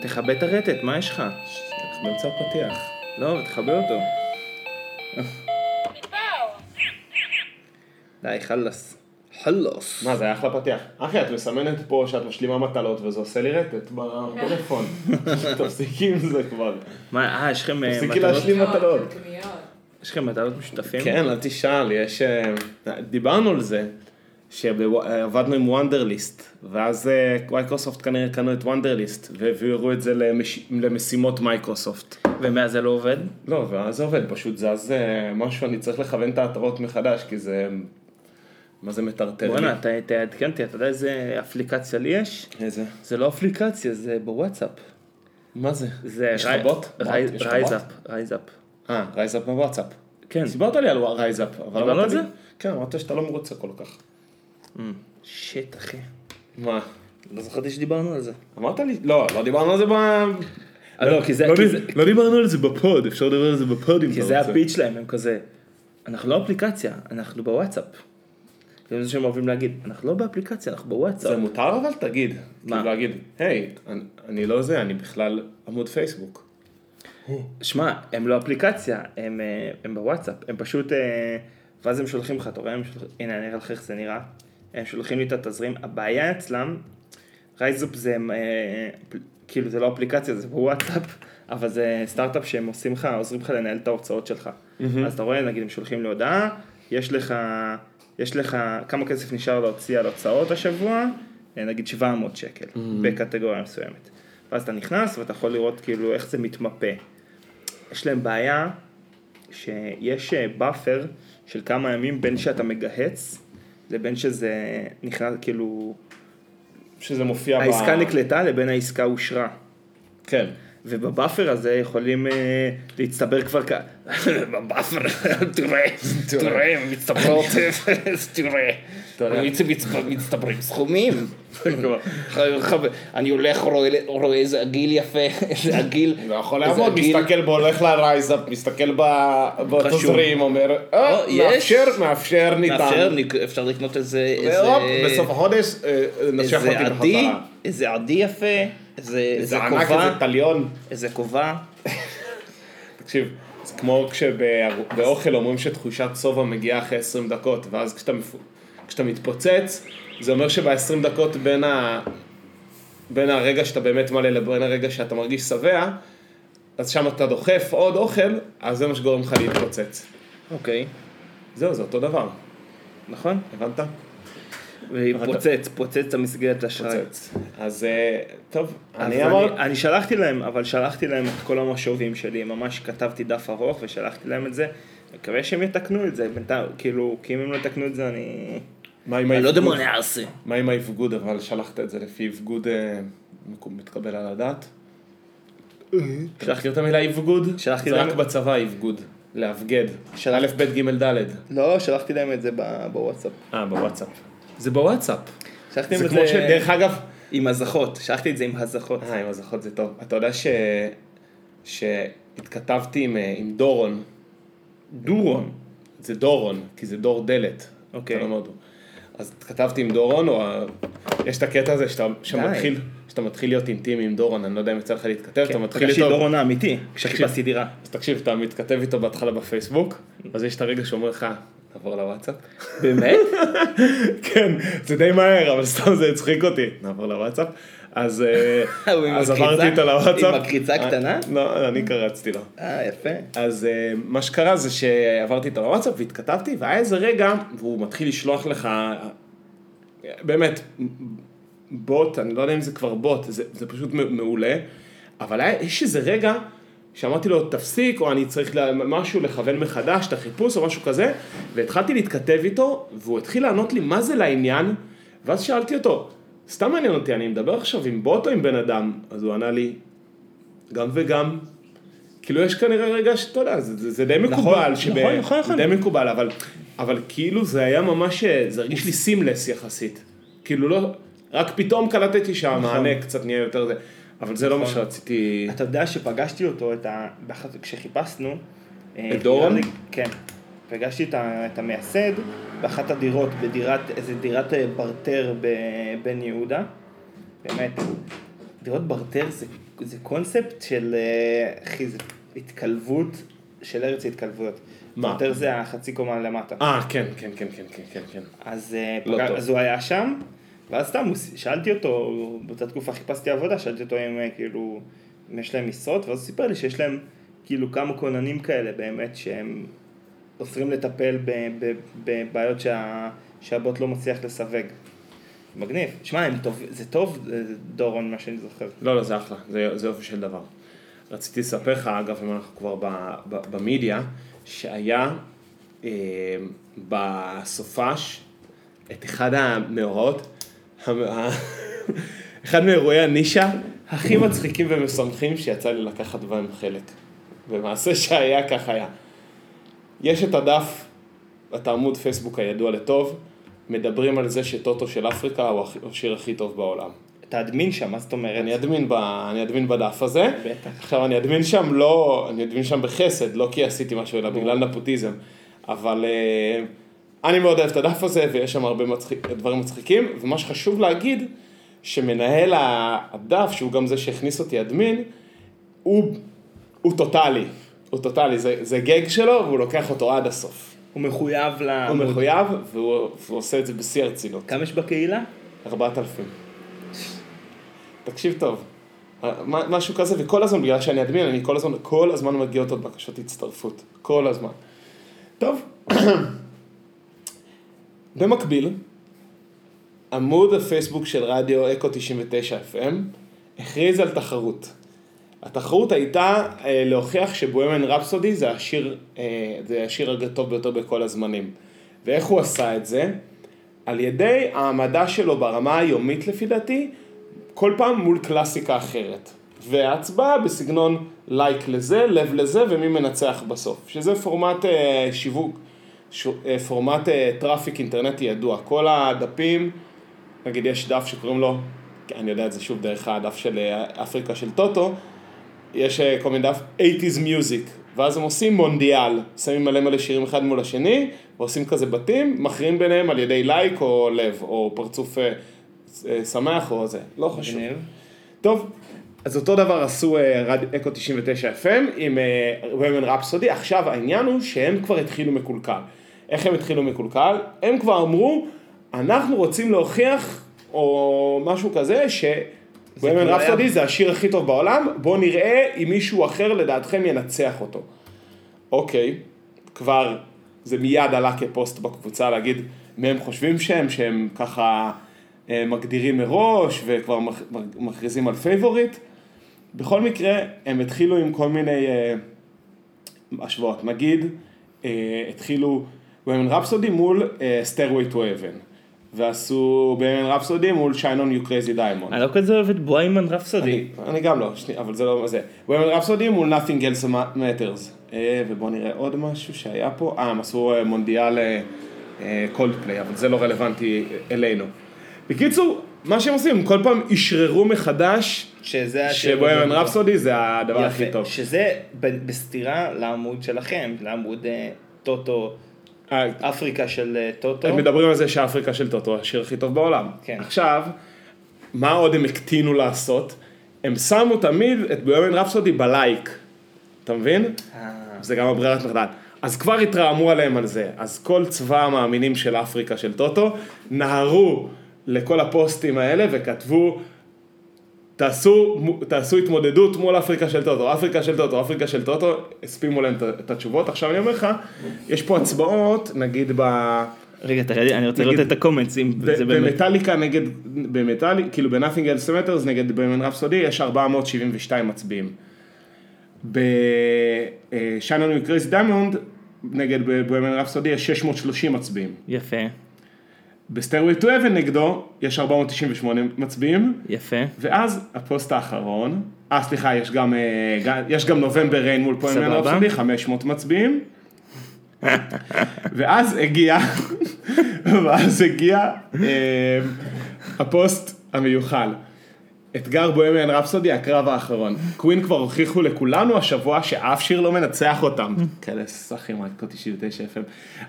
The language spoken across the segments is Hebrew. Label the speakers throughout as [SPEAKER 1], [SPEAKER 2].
[SPEAKER 1] תכבה את הרטט, מה יש לך?
[SPEAKER 2] אנחנו באמצע הפתיח.
[SPEAKER 1] לא, תכבה אותו. די, חלאס. חלאס.
[SPEAKER 2] מה זה היה אחלה פתיח. אחי את מסמנת פה שאת משלימה מטלות וזה עושה לי רטט בטלפון. תפסיקי עם זה כבר.
[SPEAKER 1] מה, אה, יש לכם אה,
[SPEAKER 2] תפסיקי
[SPEAKER 1] מטלות?
[SPEAKER 2] להשלים. מטלות.
[SPEAKER 1] יש לכם מטלות משותפים?
[SPEAKER 2] כן אל תשאל יש אה, דיברנו על זה. שעבדנו עם וונדרליסט ואז אה, מייקרוסופט כנראה קנו את וונדרליסט והעבירו את זה למש- למשימות מייקרוסופט.
[SPEAKER 1] ומאז זה לא עובד?
[SPEAKER 2] לא, ואז זה עובד, פשוט זז אה, משהו, אני צריך לכוון את ההתראות מחדש, כי זה... מה זה מטרטר לי?
[SPEAKER 1] בואנה, אתה- תעדכן אותי, אתה יודע איזה אפליקציה לי יש?
[SPEAKER 2] איזה?
[SPEAKER 1] זה לא אפליקציה, זה בוואטסאפ.
[SPEAKER 2] מה זה?
[SPEAKER 1] זה
[SPEAKER 2] יש
[SPEAKER 1] רי-
[SPEAKER 2] לך בוט?
[SPEAKER 1] רי-
[SPEAKER 2] בוט? יש לך
[SPEAKER 1] רייזאפ, רייזאפ.
[SPEAKER 2] בוט? אה, רייזאפ בוואטסאפ.
[SPEAKER 1] כן.
[SPEAKER 2] סיפרת לי על רייזאפ, אבל...
[SPEAKER 1] דיברנו
[SPEAKER 2] אמרת
[SPEAKER 1] על
[SPEAKER 2] לי- כן, אמרת שאתה לא מרוצה כל כך.
[SPEAKER 1] שיט, אחי.
[SPEAKER 2] מה?
[SPEAKER 1] לא זכרתי שדיברנו על זה.
[SPEAKER 2] אמרת לי? לא, לא דיברנו על זה ב...
[SPEAKER 1] לא, כי זה... כי זה-
[SPEAKER 2] לא דיברנו על זה בפוד, אפשר לדבר על זה בפוד אם
[SPEAKER 1] כי זה הפיץ' שלהם, הם כזה, אנחנו לא אפליקציה, אנחנו בוואטסאפ. זה מה שהם אוהבים להגיד, אנחנו לא באפליקציה, אנחנו
[SPEAKER 2] זה
[SPEAKER 1] בוואטסאפ.
[SPEAKER 2] מותר אבל תגיד.
[SPEAKER 1] מה?
[SPEAKER 2] כאילו להגיד, היי, אני- אני לא זה, אני בכלל עמוד פייסבוק.
[SPEAKER 1] שמע, הם לא אפליקציה, הם, אה, הם בוואטסאפ, הם פשוט, אה, ואז הם שולחים לך, אתה רואה, הם שולחים, הנה אני אראה לך איך זה נראה, הם שולחים לי את התזרים, הבעיה אצלם, רייזאפ זה, אה, פל- כאילו זה לא אפליקציה, זה בוואטסאפ, אבל זה סטארט-אפ שהם עושים לך, עוזרים לך לנהל את ההוצאות שלך. אז אתה רואה, נגיד הם שולחים לי הודעה, יש לך, יש לך כמה כסף נשאר להוציא על הוצאות השבוע, אה, נגיד 700 שקל, בקטגוריה מסוימת. ואז אתה נכנס ואתה יכול לראות כאילו איך זה מתמפה. יש להם בעיה שיש באפר של כמה ימים בין שאתה מגהץ לבין שזה נכנס, כאילו,
[SPEAKER 2] שזה מופיע ב...
[SPEAKER 1] העסקה נקלטה לבין העסקה אושרה.
[SPEAKER 2] כן.
[SPEAKER 1] ובבאפר הזה יכולים אה, להצטבר כבר כ... בבאפר, תראה, תראה, מצטבר עוטף, תראה.
[SPEAKER 3] בעצם מצט- מצטברים סכומים. אני הולך, רואה- רואה איזה עגיל יפה, איזה עגיל.
[SPEAKER 2] לא יכול
[SPEAKER 3] איזה
[SPEAKER 2] לעמוד,
[SPEAKER 3] עגיל.
[SPEAKER 2] מסתכל בו, הולך לרייזאפ, מסתכל ב- בתזרים, אומר, "אה,
[SPEAKER 3] או, יש.
[SPEAKER 2] מאפשר, מאפשר,
[SPEAKER 3] מאפשר,
[SPEAKER 2] ניתן.
[SPEAKER 3] ניק- אפשר לקנות איזה... איזה-
[SPEAKER 2] והופ, בסוף החודש אה, אה, נשך
[SPEAKER 3] איזה
[SPEAKER 2] אותי
[SPEAKER 3] עדי,
[SPEAKER 2] בחזרה.
[SPEAKER 3] איזה עדי יפה, איזה איזה
[SPEAKER 2] זה ענק,
[SPEAKER 3] כובע,
[SPEAKER 2] איזה תליון.
[SPEAKER 3] איזה כובע.
[SPEAKER 2] תקשיב, זה כמו כשבאוכל אומרים שתחושת שובע מגיעה אחרי 20 דקות, ואז כשאתה מפו- כשאתה מתפוצץ, זה אומר שב-20 דקות בין ה... בין הרגע שאתה באמת מלא לבין הרגע שאתה מרגיש שבע, אז שם אתה דוחף עוד אוכל, אז זה מה שגורם לך להתפוצץ.
[SPEAKER 1] אוקיי,
[SPEAKER 2] זהו, זה אותו דבר,
[SPEAKER 1] נכון?
[SPEAKER 2] הבנת?
[SPEAKER 1] פוצץ, פוצץ את המסגרת אשראי.
[SPEAKER 2] פוצץ. אז אה, טוב,
[SPEAKER 1] אז
[SPEAKER 2] אני
[SPEAKER 1] אני,
[SPEAKER 2] אמר...
[SPEAKER 1] אני שלחתי להם, אבל שלחתי להם את כל המשובים שלי, ממש כתבתי דף ארוך ושלחתי להם את זה. מקווה שהם יתקנו את זה, בינתיים, כאילו, כי אם הם לא יתקנו את זה אני...
[SPEAKER 2] מה עם
[SPEAKER 3] אני לא יודע מה
[SPEAKER 2] האבגוד?
[SPEAKER 3] אני אעשה.
[SPEAKER 2] מה עם האבגוד, אבל שלחת את זה לפי אבגוד אה, מקו- מתקבל על הדעת? אתה מכיר את המילה אבגוד?
[SPEAKER 1] שלחתי
[SPEAKER 2] זה
[SPEAKER 1] להם-
[SPEAKER 2] רק בצבא אבגוד, לאבגד.
[SPEAKER 1] שלח-
[SPEAKER 2] א', ב', ג', ד'.
[SPEAKER 1] לא, שלחתי להם את זה ב- בוואטסאפ.
[SPEAKER 2] אה, בוואטסאפ. זה בוואטסאפ.
[SPEAKER 1] שלחתי להם
[SPEAKER 2] זה
[SPEAKER 1] את
[SPEAKER 2] כמו ש...
[SPEAKER 1] זה
[SPEAKER 2] דרך אגב...
[SPEAKER 1] עם הזכות, שלחתי את זה עם הזכות.
[SPEAKER 2] אה, עם הזכות זה טוב. אתה יודע ש... שהתכתבתי עם, אה, עם דורון.
[SPEAKER 1] דורון.
[SPEAKER 2] זה דורון, כי זה דור דלת.
[SPEAKER 1] אוקיי.
[SPEAKER 2] אתה לא מהודו. אז כתבתי עם דורון, או ה- יש את הקטע הזה שאתה שמתחיל, שאתה מתחיל להיות אינטימי עם דורון, אני לא יודע אם יצא לך להתכתב, אתה מתחיל
[SPEAKER 1] פגשתי את
[SPEAKER 2] איתו,
[SPEAKER 1] כן. דורון האמיתי, כשחיפשתי דירה.
[SPEAKER 2] אז תקשיב, אתה מתכתב איתו בהתחלה בפייסבוק,
[SPEAKER 1] Mm.
[SPEAKER 2] אז יש את הרגע שאומר לך, נעבור לוואטסאפ.
[SPEAKER 1] באמת?
[SPEAKER 2] כן, זה די מהר, אבל סתם זה הצחיק אותי, נעבור לוואטסאפ. אז אה,
[SPEAKER 1] הוא עם
[SPEAKER 2] אז
[SPEAKER 1] הקריצה?
[SPEAKER 2] עברתי איתו לוואטסאפ.
[SPEAKER 1] עם הקריצה הקטנה?
[SPEAKER 2] לא, אני קרצתי לו.
[SPEAKER 1] אה, יפה.
[SPEAKER 2] אז אה, מה שקרה זה שעברתי איתו לוואטסאפ והתכתבתי, והיה איזה רגע, והוא מתחיל לשלוח לך, אה, באמת, בוט, אני לא יודע אם זה כבר בוט, זה, זה פשוט מ- מעולה, אבל היה, יש איזה רגע שאמרתי לו, תפסיק, או אני צריך לה- משהו לכוון מחדש, את החיפוש או משהו כזה, והתחלתי להתכתב איתו, והוא התחיל לענות לי מה זה לעניין, ואז שאלתי אותו, סתם מעניין אותי, אני מדבר עכשיו עם בוט או עם בן אדם? אז הוא ענה לי, גם וגם. כאילו יש כנראה רגע שאתה יודע, זה, זה, זה די מקובל,
[SPEAKER 1] נכון,
[SPEAKER 2] שב...
[SPEAKER 1] נכון, נכון,
[SPEAKER 2] זה די מקובל, אבל, אבל כאילו זה היה ממש, אה, זה הרגיש לי סימלס יחסית. כאילו לא, רק פתאום קלטתי שהמענה קצת נהיה יותר זה, אבל זה לא מה שרציתי,
[SPEAKER 1] אתה יודע שפגשתי אותו, את ה... באחת- כשחיפשנו... אה,
[SPEAKER 2] את דורון?
[SPEAKER 1] כן. פגשתי את ה- את המייסד באחת הדירות, בדירת, איזה דירת אה, ברטר בבן יהודה. באמת. דירות ברטר זה זה קונספט של, אה, אחי, זה התקלבות של ארץ התקלבויות.
[SPEAKER 2] מה?
[SPEAKER 1] יותר זה החצי קומה למטה.
[SPEAKER 2] אה, כן, כן, כן, כן, כן, כן, כן.
[SPEAKER 1] אז, אה,
[SPEAKER 3] לא
[SPEAKER 1] פגע-
[SPEAKER 3] טוב.
[SPEAKER 1] אז הוא היה שם, ואז סתם, הוא ס- שאלתי אותו, באותה תקופה חיפשתי עבודה, שאלתי אותו אם אה, כאילו, אם יש להם משרות, ואז הוא סיפר לי שיש להם כאילו כמה כוננים כאלה באמת, שהם עוזרים לטפל ב- ב- בבעיות שה, שהבוט לא מצליח לסווג. מגניב. שמע, הם טוב, זה טוב, אה, דורון, מה שאני זוכר.
[SPEAKER 2] לא, לא, זה אחלה, זה, זה יופי של דבר. רציתי לספר לך, אגב, אם אנחנו כבר ב, ב, במדיה, שהיה אה, בסופש את אחד המאורעות, המ- ה- אחד מאירועי הנישה הכי מצחיקים ומשמחים שיצא לי לקחת בהם חלק. במעשה שהיה, כך היה. יש את הדף, את העמוד פייסבוק הידוע לטוב, מדברים על זה שטוטו של אפריקה הוא הכי- השיר הכי טוב בעולם.
[SPEAKER 1] אתה אדמין שם, מה זאת אומרת?
[SPEAKER 2] אני אדמין, ב, אני אדמין בדף הזה.
[SPEAKER 1] בטח.
[SPEAKER 2] עכשיו, אני אדמין שם לא, אני אדמין שם בחסד, לא כי עשיתי משהו, אלא בגלל נפוטיזם. אבל אה, אני מאוד אוהב את הדף הזה, ויש שם הרבה מצחיק, דברים מצחיקים, ומה שחשוב להגיד, שמנהל ה- הדף, שהוא גם זה שהכניס אותי אדמין, הוא, הוא טוטאלי. הוא טוטאלי, זה, זה גג שלו, והוא לוקח אותו עד הסוף.
[SPEAKER 1] הוא מחויב ל...
[SPEAKER 2] הוא מחויב, והוא, והוא עושה את זה בשיא הרצינות.
[SPEAKER 1] כמה יש בקהילה?
[SPEAKER 2] ארבעת אלפים. תקשיב טוב, מה- משהו כזה, וכל הזמן, בגלל שאני אדמין, אני כל הזמן, כל הזמן מגיעות עוד בקשות הצטרפות. כל הזמן. טוב. במקביל, עמוד הפייסבוק של רדיו אקו 99 FM הכריז על תחרות. התחרות הייתה אה, להוכיח שבוהמן רפסודי זה השיר, אה, זה השיר הטוב ביותר בכל הזמנים. ואיך הוא עשה את זה? על ידי העמדה שלו ברמה היומית לפי דעתי, כל פעם מול קלאסיקה אחרת. וההצבעה בסגנון לייק לזה, לב לזה ומי מנצח בסוף. שזה פורמט אה, שיווק, ש, אה, פורמט אה, טראפיק אינטרנטי ידוע. כל הדפים, נגיד יש דף שקוראים לו, אני יודע את זה שוב דרך הדף של אה, אפריקה של טוטו, יש אה, כל מיני דף 80's music, ואז הם עושים מונדיאל, שמים מלא מלא שירים אחד מול השני, ועושים כזה בתים, מכריעים ביניהם על ידי לייק או לב, או פרצוף אה, אה, שמח או זה, לא חשוב.
[SPEAKER 1] מגניב.
[SPEAKER 2] טוב, אז אותו דבר עשו אה, רד אקו 99 FM עם אה, ווימן רפסודי, עכשיו העניין הוא שהם כבר התחילו מקולקל. איך הם התחילו מקולקל? הם כבר אמרו, אנחנו רוצים להוכיח, או משהו כזה, ש... ווימן
[SPEAKER 1] כבר
[SPEAKER 2] רפסודי
[SPEAKER 1] היה-
[SPEAKER 2] זה השיר הכי טוב בעולם, בואו נראה אם מישהו אחר לדעתכם ינצח אותו. אוקיי, כבר זה מיד עלה כפוסט בקבוצה להגיד מי הם חושבים שהם, שהם ככה אה, מגדירים מראש וכבר מכ- מכריזים על פייבוריט. בכל מקרה, הם התחילו עם כל מיני אה, השוואות. נגיד, אה, התחילו Women Rhapsody מול אה, Stairway to Heaven, ועשו Women Rhapsody מול Shine on You Crazy Diamond.
[SPEAKER 1] אני לא כזה אוהב את בויימן רפסודי.
[SPEAKER 2] אני- אני גם לא, שני, אבל זה לא זה. ווימן רפסודי מול Nothing else matters. אה, ובואו נראה עוד משהו שהיה פה. אה, הם עשו אה, מונדיאל קולד פליי, אבל זה לא רלוונטי אה, אלינו. בקיצור, מה שהם עושים, הם כל פעם אשררו מחדש
[SPEAKER 1] שזה השיר-
[SPEAKER 2] שבוימן רפסודי זה הדבר
[SPEAKER 1] אה, יפה,
[SPEAKER 2] הכי טוב.
[SPEAKER 1] שזה ב- בסתירה לעמוד שלכם, לעמוד אה, טוטו,
[SPEAKER 2] אה,
[SPEAKER 1] אפריקה של אה, טוטו.
[SPEAKER 2] הם מדברים על זה שאפריקה של טוטו השיר הכי טוב בעולם.
[SPEAKER 1] כן.
[SPEAKER 2] עכשיו, מה עוד הם הקטינו לעשות? הם שמו תמיד את בוימן רפסודי בלייק. אתה מבין?
[SPEAKER 1] אה,
[SPEAKER 2] זה גם הברירת מחדל. אז כבר התרעמו עליהם על זה. אז כל צבא המאמינים של אפריקה של טוטו נהרו לכל הפוסטים האלה וכתבו, תעשו, תעשו התמודדות מול אפריקה של טוטו, אפריקה של טוטו, אפריקה של טוטו, הספימו להם את- את התשובות. עכשיו אני אומר לך, יש פה הצבעות, נגיד ב...
[SPEAKER 1] רגע, תראה לי, אני רוצה
[SPEAKER 2] נגיד-
[SPEAKER 1] לראות את הקומץ, אם זה באמת...
[SPEAKER 2] במטאליקה נגד, במטאלי, כאילו ב-Nothing else matters נגד במן רפסודי יש 472 מצביעים. בשיינון וקריס דיימונד נגד במן רפסודי יש 630 מצביעים.
[SPEAKER 1] יפה,
[SPEAKER 2] בסטיירווי טו אבן נגדו יש 498 מצביעים.
[SPEAKER 1] יפה.
[SPEAKER 2] ואז הפוסט האחרון, אה סליחה, יש גם, אה, ג- יש גם נובמבר ריין מול פועל
[SPEAKER 1] סבבה.
[SPEAKER 2] רפסודי, 500 מצביעים. ואז הגיע, ואז הגיע אה, הפוסט המיוחל. אתגר בוהמיאן רפסודי, הקרב האחרון. קווין כבר הוכיחו לכולנו השבוע שאף שיר לא מנצח אותם. כאלה סאחים, רק 99 FM.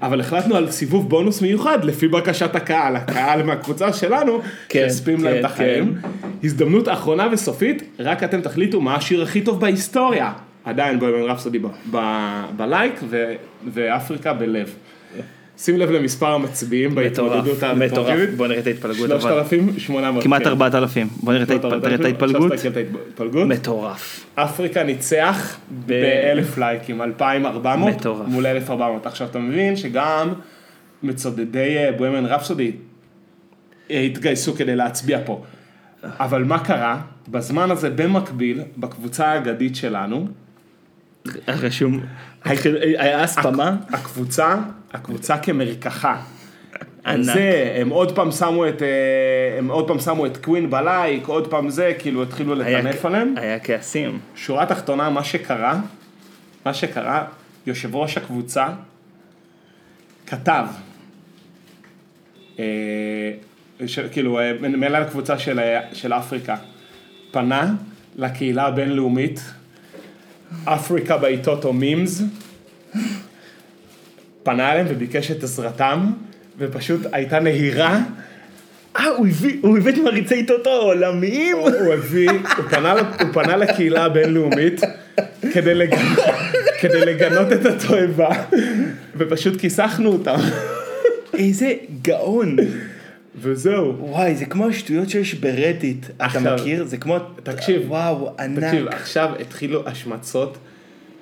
[SPEAKER 2] אבל החלטנו על סיבוב בונוס מיוחד לפי בקשת הקהל. הקהל מהקבוצה שלנו,
[SPEAKER 3] כן,
[SPEAKER 2] שהספים להם
[SPEAKER 3] כן,
[SPEAKER 2] את החיים. הזדמנות אחרונה וסופית, רק אתם תחליטו מה השיר הכי טוב בהיסטוריה. עדיין בוימן רפסודי ב- ב- בלייק ו- ואפריקה בלב. שים לב למספר המצביעים בהתמודדות
[SPEAKER 1] מטורף.
[SPEAKER 2] האלטרנטיבית.
[SPEAKER 1] בוא נראה את ההתפלגות. אבל.
[SPEAKER 2] 3,800.
[SPEAKER 1] כמעט
[SPEAKER 2] כן.
[SPEAKER 1] 4,000. בוא נראה את ההתפ- תראה את ההתפלגות.
[SPEAKER 2] עכשיו תסתכל את ההתפלגות.
[SPEAKER 1] מטורף.
[SPEAKER 2] אפריקה ניצח
[SPEAKER 1] ב-
[SPEAKER 2] באלף לייקים, 2,400
[SPEAKER 1] מטורף.
[SPEAKER 2] מול 1,400. עכשיו אתה מבין שגם מצודדי אה, בוימן רפסודי אה, התגייסו כדי להצביע פה. אבל מה קרה? בזמן הזה במקביל, בקבוצה האגדית שלנו,
[SPEAKER 1] רשום. היה הספמה.
[SPEAKER 2] הקבוצה, הקבוצה כמרקחה.
[SPEAKER 1] ענק.
[SPEAKER 2] זה, הם עוד פעם שמו את, אה, הם עוד פעם שמו את קווין בלייק, עוד פעם זה, כאילו התחילו
[SPEAKER 1] היה-
[SPEAKER 2] לטנף עליהם.
[SPEAKER 1] היה כעסים.
[SPEAKER 2] שורה תחתונה, מה שקרה, מה שקרה, יושב ראש הקבוצה כתב, אה, ש, כאילו, אה, מנהל הקבוצה של, אה, של אפריקה, פנה לקהילה הבינלאומית, אפריקה בעיתות או מימס, פנה אליהם וביקש את עזרתם, ופשוט הייתה נהירה.
[SPEAKER 1] אה, הוא הביא- הוא הביא את מריצי טוטו העולמיים.
[SPEAKER 2] הוא הביא, הוא פנה, הוא פנה לקהילה הבינלאומית כדי, לג... כדי לגנות את התועבה, ופשוט כיסחנו אותם,
[SPEAKER 1] איזה גאון.
[SPEAKER 2] וזהו.
[SPEAKER 1] וואי, זה כמו השטויות שיש ברדיט. אתה
[SPEAKER 2] עכשיו-
[SPEAKER 1] מכיר? זה כמו...
[SPEAKER 2] תקשיב,
[SPEAKER 1] וואו, ענק.
[SPEAKER 2] תקשיב, עכשיו התחילו השמצות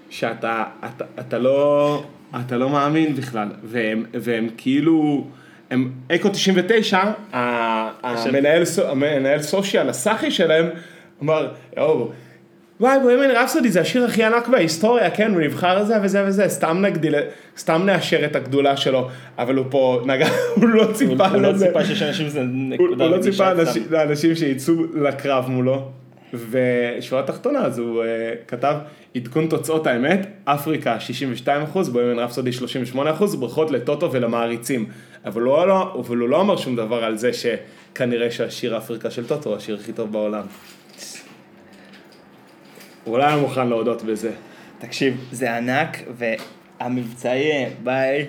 [SPEAKER 2] שאתה אתה, אתה לא, אתה לא מאמין בכלל, והם, והם כאילו, הם אקו 99, ה- המנהל, סו- המנהל סושיאל, הסאחי שלהם, אמר, יואו, וואי, בוימן רפסודי זה השיר הכי ענק בהיסטוריה, כן, הוא נבחר זה וזה וזה, סתם נגדיל, סתם נאשר את הגדולה שלו, אבל הוא פה נגע, הוא לא ציפה
[SPEAKER 1] הוא לא
[SPEAKER 2] לזה.
[SPEAKER 1] ציפה שיש אנשים זה
[SPEAKER 2] הוא
[SPEAKER 1] נקודה
[SPEAKER 2] הוא לא ציפה
[SPEAKER 1] רגישה
[SPEAKER 2] לאנשים-
[SPEAKER 1] אצלם.
[SPEAKER 2] לאנשים שיצאו לקרב מולו. ושורה תחתונה, אז הוא אה, כתב עדכון תוצאות האמת, אפריקה 62%, בוימן רפסודי 38%, ברכות לטוטו ולמעריצים. אבל הוא, לא, אבל הוא לא אמר שום דבר על זה שכנראה שהשיר אפריקה של טוטו הוא השיר הכי טוב בעולם. הוא לא היה מוכן להודות בזה.
[SPEAKER 1] תקשיב, זה ענק, והמבצעי, אה, ביי,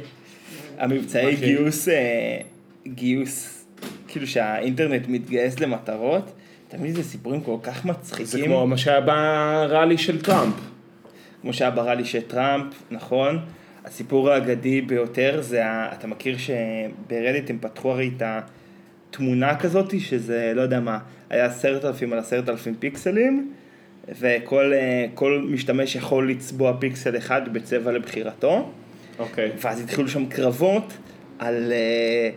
[SPEAKER 1] המבצעי
[SPEAKER 2] אחי.
[SPEAKER 1] גיוס, אה, גיוס, כאילו שהאינטרנט מתגייס למטרות, תמיד זה סיפורים כל כך
[SPEAKER 2] זה
[SPEAKER 1] מצחיקים,
[SPEAKER 2] כמו מה שהיה בראלי של טראמפ.
[SPEAKER 1] כמו שהיה ברא לי שטראמפ, נכון, הסיפור האגדי ביותר זה, ה- אתה מכיר שברדיט הם פתחו הרי את התמונה כזאת, שזה לא יודע מה, היה עשרת אלפים על עשרת אלפים פיקסלים, וכל אה, כל משתמש יכול לצבוע פיקסל אחד בצבע לבחירתו.
[SPEAKER 2] אוקיי.
[SPEAKER 1] ואז התחילו שם קרבות על... אה,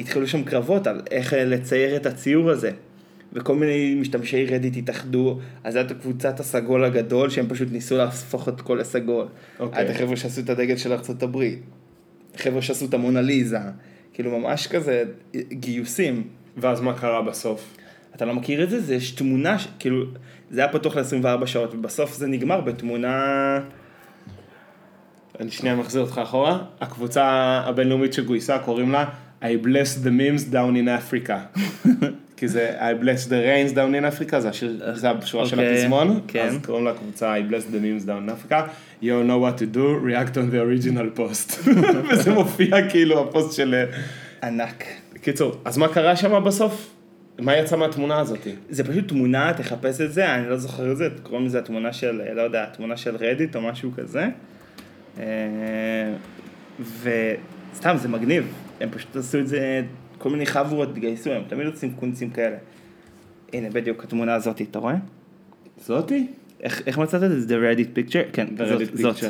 [SPEAKER 1] התחילו שם קרבות על איך אה, לצייר את הציור הזה. וכל מיני משתמשי רדיט התאחדו, אז הייתה את קבוצת הסגול הגדול, שהם פשוט ניסו להפוך את כל לסגול.
[SPEAKER 2] אוקיי.
[SPEAKER 1] היה את החבר'ה שעשו את הדגל של ארצות הברית. חבר'ה שעשו את המונליזה. כאילו ממש כזה אה, גיוסים.
[SPEAKER 2] ואז מה קרה בסוף?
[SPEAKER 1] אתה לא מכיר את זה? זה יש תמונה, ש- כאילו, זה היה פתוח ל-24 שעות, ובסוף זה נגמר בתמונה...
[SPEAKER 2] אני שנייה מחזיר אותך אחורה, הקבוצה הבינלאומית שגויסה קוראים לה I bless the memes down in Africa. כי זה I bless the rains down in Africa, זה השיר, זה השורה של
[SPEAKER 1] אוקיי,
[SPEAKER 2] הפזמון,
[SPEAKER 1] כן.
[SPEAKER 2] אז קוראים לקבוצה I bless the memes down in Africa, you know what to do, react on the original post. וזה מופיע כאילו הפוסט של... אה,
[SPEAKER 1] ענק.
[SPEAKER 2] קיצור, אז מה קרה שם בסוף? מה יצא מהתמונה הזאת?
[SPEAKER 1] זה פשוט תמונה, תחפש את זה, אני לא זוכר את זה, קוראים לזה התמונה של, לא יודע, התמונה של רדיט או משהו כזה. אה, וסתם, זה מגניב, הם פשוט עשו את זה, כל מיני חבורות התגייסו, הם תמיד עושים קונצים כאלה. הנה, בדיוק התמונה הזאת, אתה רואה?
[SPEAKER 2] זאתי?
[SPEAKER 1] איך, איך מצאת את זה? The Reddit picture? כן,
[SPEAKER 2] The
[SPEAKER 1] זאת,
[SPEAKER 2] Reddit
[SPEAKER 1] זאת.
[SPEAKER 2] picture.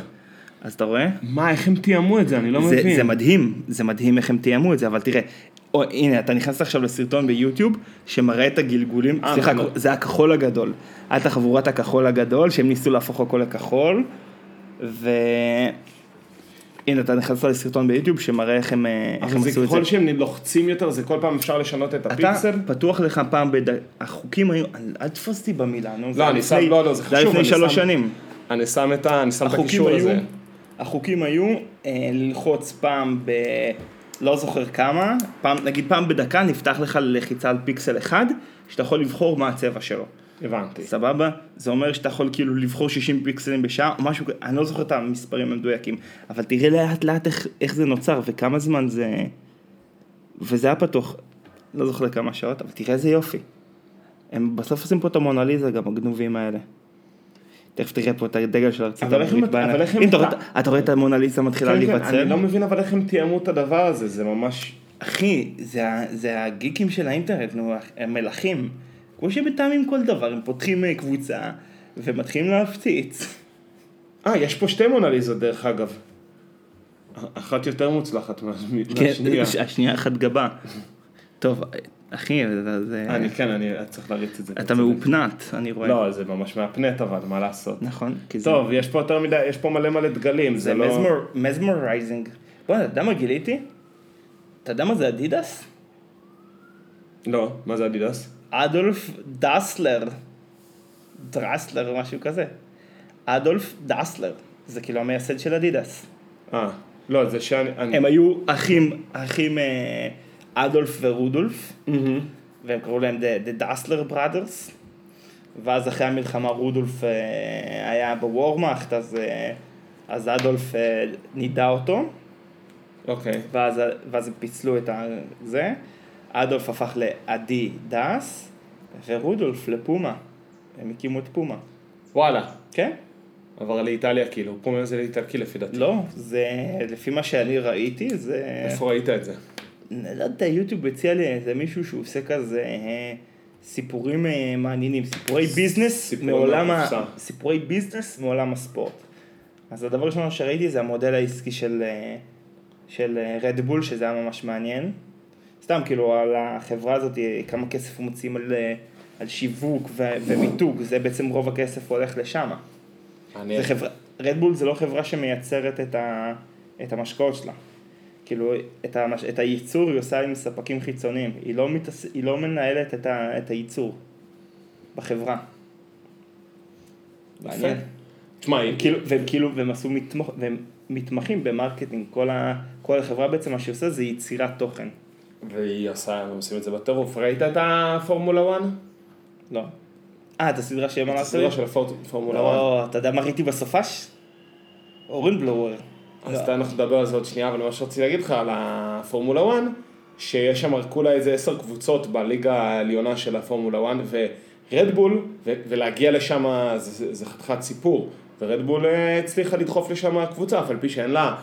[SPEAKER 1] אז אתה רואה?
[SPEAKER 2] מה, איך הם תיאמו את זה? אני לא
[SPEAKER 1] זה,
[SPEAKER 2] מבין.
[SPEAKER 1] זה מדהים, זה מדהים איך הם תיאמו את זה, אבל תראה, או, הנה, אתה נכנס עכשיו לסרטון ביוטיוב שמראה את הגלגולים,
[SPEAKER 2] אה,
[SPEAKER 1] סליחה,
[SPEAKER 2] נכון.
[SPEAKER 1] זה הכחול הגדול. הייתה חבורת הכחול הגדול, שהם ניסו להפוך הכל לכחול, ו... הנה, אתה נכנס לסרטון ביוטיוב שמראה איך הם, אה, איך
[SPEAKER 2] אבל
[SPEAKER 1] הם
[SPEAKER 2] זה
[SPEAKER 1] עשו את זה.
[SPEAKER 2] ככל שהם לוחצים יותר, זה כל פעם אפשר לשנות את
[SPEAKER 1] אתה
[SPEAKER 2] הפיקסל?
[SPEAKER 1] פתוח לך פעם בד... החוקים היו, אל- אל תתפוס אותי במילה, נו. זה היה
[SPEAKER 2] אני שם-
[SPEAKER 1] לפני-
[SPEAKER 2] לא, לא, זה
[SPEAKER 1] זה היה
[SPEAKER 2] חשוב,
[SPEAKER 1] לפני
[SPEAKER 2] אני
[SPEAKER 1] שלוש
[SPEAKER 2] שם-
[SPEAKER 1] שנים.
[SPEAKER 2] אני שם את ה... אני שם את
[SPEAKER 1] החוקים
[SPEAKER 2] הקישור
[SPEAKER 1] היו,
[SPEAKER 2] לזה.
[SPEAKER 1] החוקים היו אה, ללחוץ פעם ב... לא זוכר כמה, פעם, נגיד פעם בדקה נפתח לך לחיצה על פיקסל אחד, שאתה יכול לבחור מה הצבע שלו,
[SPEAKER 2] הבנתי.
[SPEAKER 1] סבבה? זה אומר שאתה יכול כאילו לבחור 60 פיקסלים בשעה, או משהו, כ- אני לא זוכר את המספרים המדויקים, אבל תראה לאט לאט איך, איך זה נוצר וכמה זמן זה... וזה היה פתוח, לא זוכר לכמה שעות, אבל תראה איזה יופי. הם בסוף עושים פה את המונליזה גם, הגנובים האלה. תכף תראה פה את הדגל של ארצות
[SPEAKER 2] אבל איך הם-
[SPEAKER 1] הברית. בענק.
[SPEAKER 2] אבל איך הם-
[SPEAKER 1] אם אתה רואה- אתה רואה את המונליזה מתחילה
[SPEAKER 2] כן, כן,
[SPEAKER 1] להיווצר?
[SPEAKER 2] אני לא מבין אבל איך הם תיאמו את הדבר הזה, זה ממש...
[SPEAKER 1] אחי, זה, ה- זה הגיקים של האינטרנט, נו, הם מלכים. כמו שמתאמים כל דבר, הם פותחים אה, קבוצה ומתחילים להפציץ.
[SPEAKER 2] אה, יש פה שתי מונליזות דרך אגב. אחת יותר מוצלחת מה- מהשנייה.
[SPEAKER 1] כן, השנייה אחת גבה. טוב, אחי, זה... זה-
[SPEAKER 2] אני כן, אני צריך להריץ את זה.
[SPEAKER 1] אתה
[SPEAKER 2] צודק.
[SPEAKER 1] מאופנת, אני רואה.
[SPEAKER 2] לא, זה ממש מהפנט אבל, מה לעשות.
[SPEAKER 1] נכון? כי זה-
[SPEAKER 2] טוב, יש פה יותר מדי, יש פה מלא מלא דגלים,
[SPEAKER 1] זה
[SPEAKER 2] זה לא...
[SPEAKER 1] מזמורייזינג. בוא'נה, אתה יודע מה גיליתי? אתה יודע מה זה אדידס?
[SPEAKER 2] לא, מה זה אדידס?
[SPEAKER 1] אדולף דסלר. דרסלר או משהו כזה. אדולף דסלר. זה כאילו המייסד של אדידס.
[SPEAKER 2] אה, לא, זה שאני... אני-
[SPEAKER 1] הם היו אחים, אחים אה, אדולף ורודולף,
[SPEAKER 2] מהמם.
[SPEAKER 1] והם קראו להם The, the Dassler Brothers, ואז אחרי המלחמה רודולף אה, היה בוורמאכט, אז, אה, אז אדולף אה, נידה אותו,
[SPEAKER 2] אוקיי.
[SPEAKER 1] ואז, ואז הם פיצלו את ה- זה, אדולף הפך לאדי דס, ורודולף לפומה, הם הקימו את פומה,
[SPEAKER 2] וואלה.
[SPEAKER 1] כן?
[SPEAKER 2] עבר לאיטליה כאילו, פומיה זה לאיטלקי לפי דעתי.
[SPEAKER 1] לא, זה לפי מה שאני ראיתי, זה...
[SPEAKER 2] איפה ראית את זה?
[SPEAKER 1] אני לא יודע, יוטיוב הציע לי איזה מישהו שהוא עושה כזה אה, סיפורים אה, מעניינים, סיפורי ביזנס
[SPEAKER 2] סיפורים
[SPEAKER 1] מעולם, ה...
[SPEAKER 2] מהקופסה.
[SPEAKER 1] סיפורי ביזנס מעולם הספורט. אז הדבר הראשון שראיתי זה המודל העסקי של, אה, של רדבול, שזה היה ממש מעניין. סתם, כאילו, על החברה הזאת, אה, כמה כסף מוצאים על, אה, על שיווק ו- ומיתוג, זה בעצם רוב הכסף הולך לשם.
[SPEAKER 2] אני...
[SPEAKER 1] זה חברה, רדבול זה לא חברה שמייצרת את, ה, את המשקאות שלה. כאילו, את, המש, את הייצור היא עושה עם ספקים חיצוניים, היא לא, מתעס, היא לא מנהלת את, ה, את הייצור בחברה. מעניין.
[SPEAKER 2] תשמע, אם
[SPEAKER 1] כאילו, והם כאילו, והם עשו מתמח, והם מתמחים במרקטינג, כל, ה, כל החברה בעצם מה שהיא עושה זה יצירת תוכן.
[SPEAKER 2] והיא עושה, הם עושים את זה בטירוף. ראית את הפורמולה 1?
[SPEAKER 1] לא. אה, את הסדרה שהם
[SPEAKER 2] את
[SPEAKER 1] אמרת
[SPEAKER 2] הסדרה
[SPEAKER 1] לי?
[SPEAKER 2] של הפור- פורמולה 1.
[SPEAKER 1] לא, אתה יודע מה ראיתי בסופש? אורן בלואוור. לא.
[SPEAKER 2] אז אתה- אנחנו נדבר על זה עוד שנייה, אבל מה שרציתי להגיד לך על הפורמולה 1, שיש שם כולה איזה עשר קבוצות בליגה העליונה של הפורמולה 1 ורדבול, ו- ולהגיע לשם זה- זה זה חתיכת סיפור. ורדבול אה, הצליחה לדחוף לשם קבוצה, אף על פי שאין לה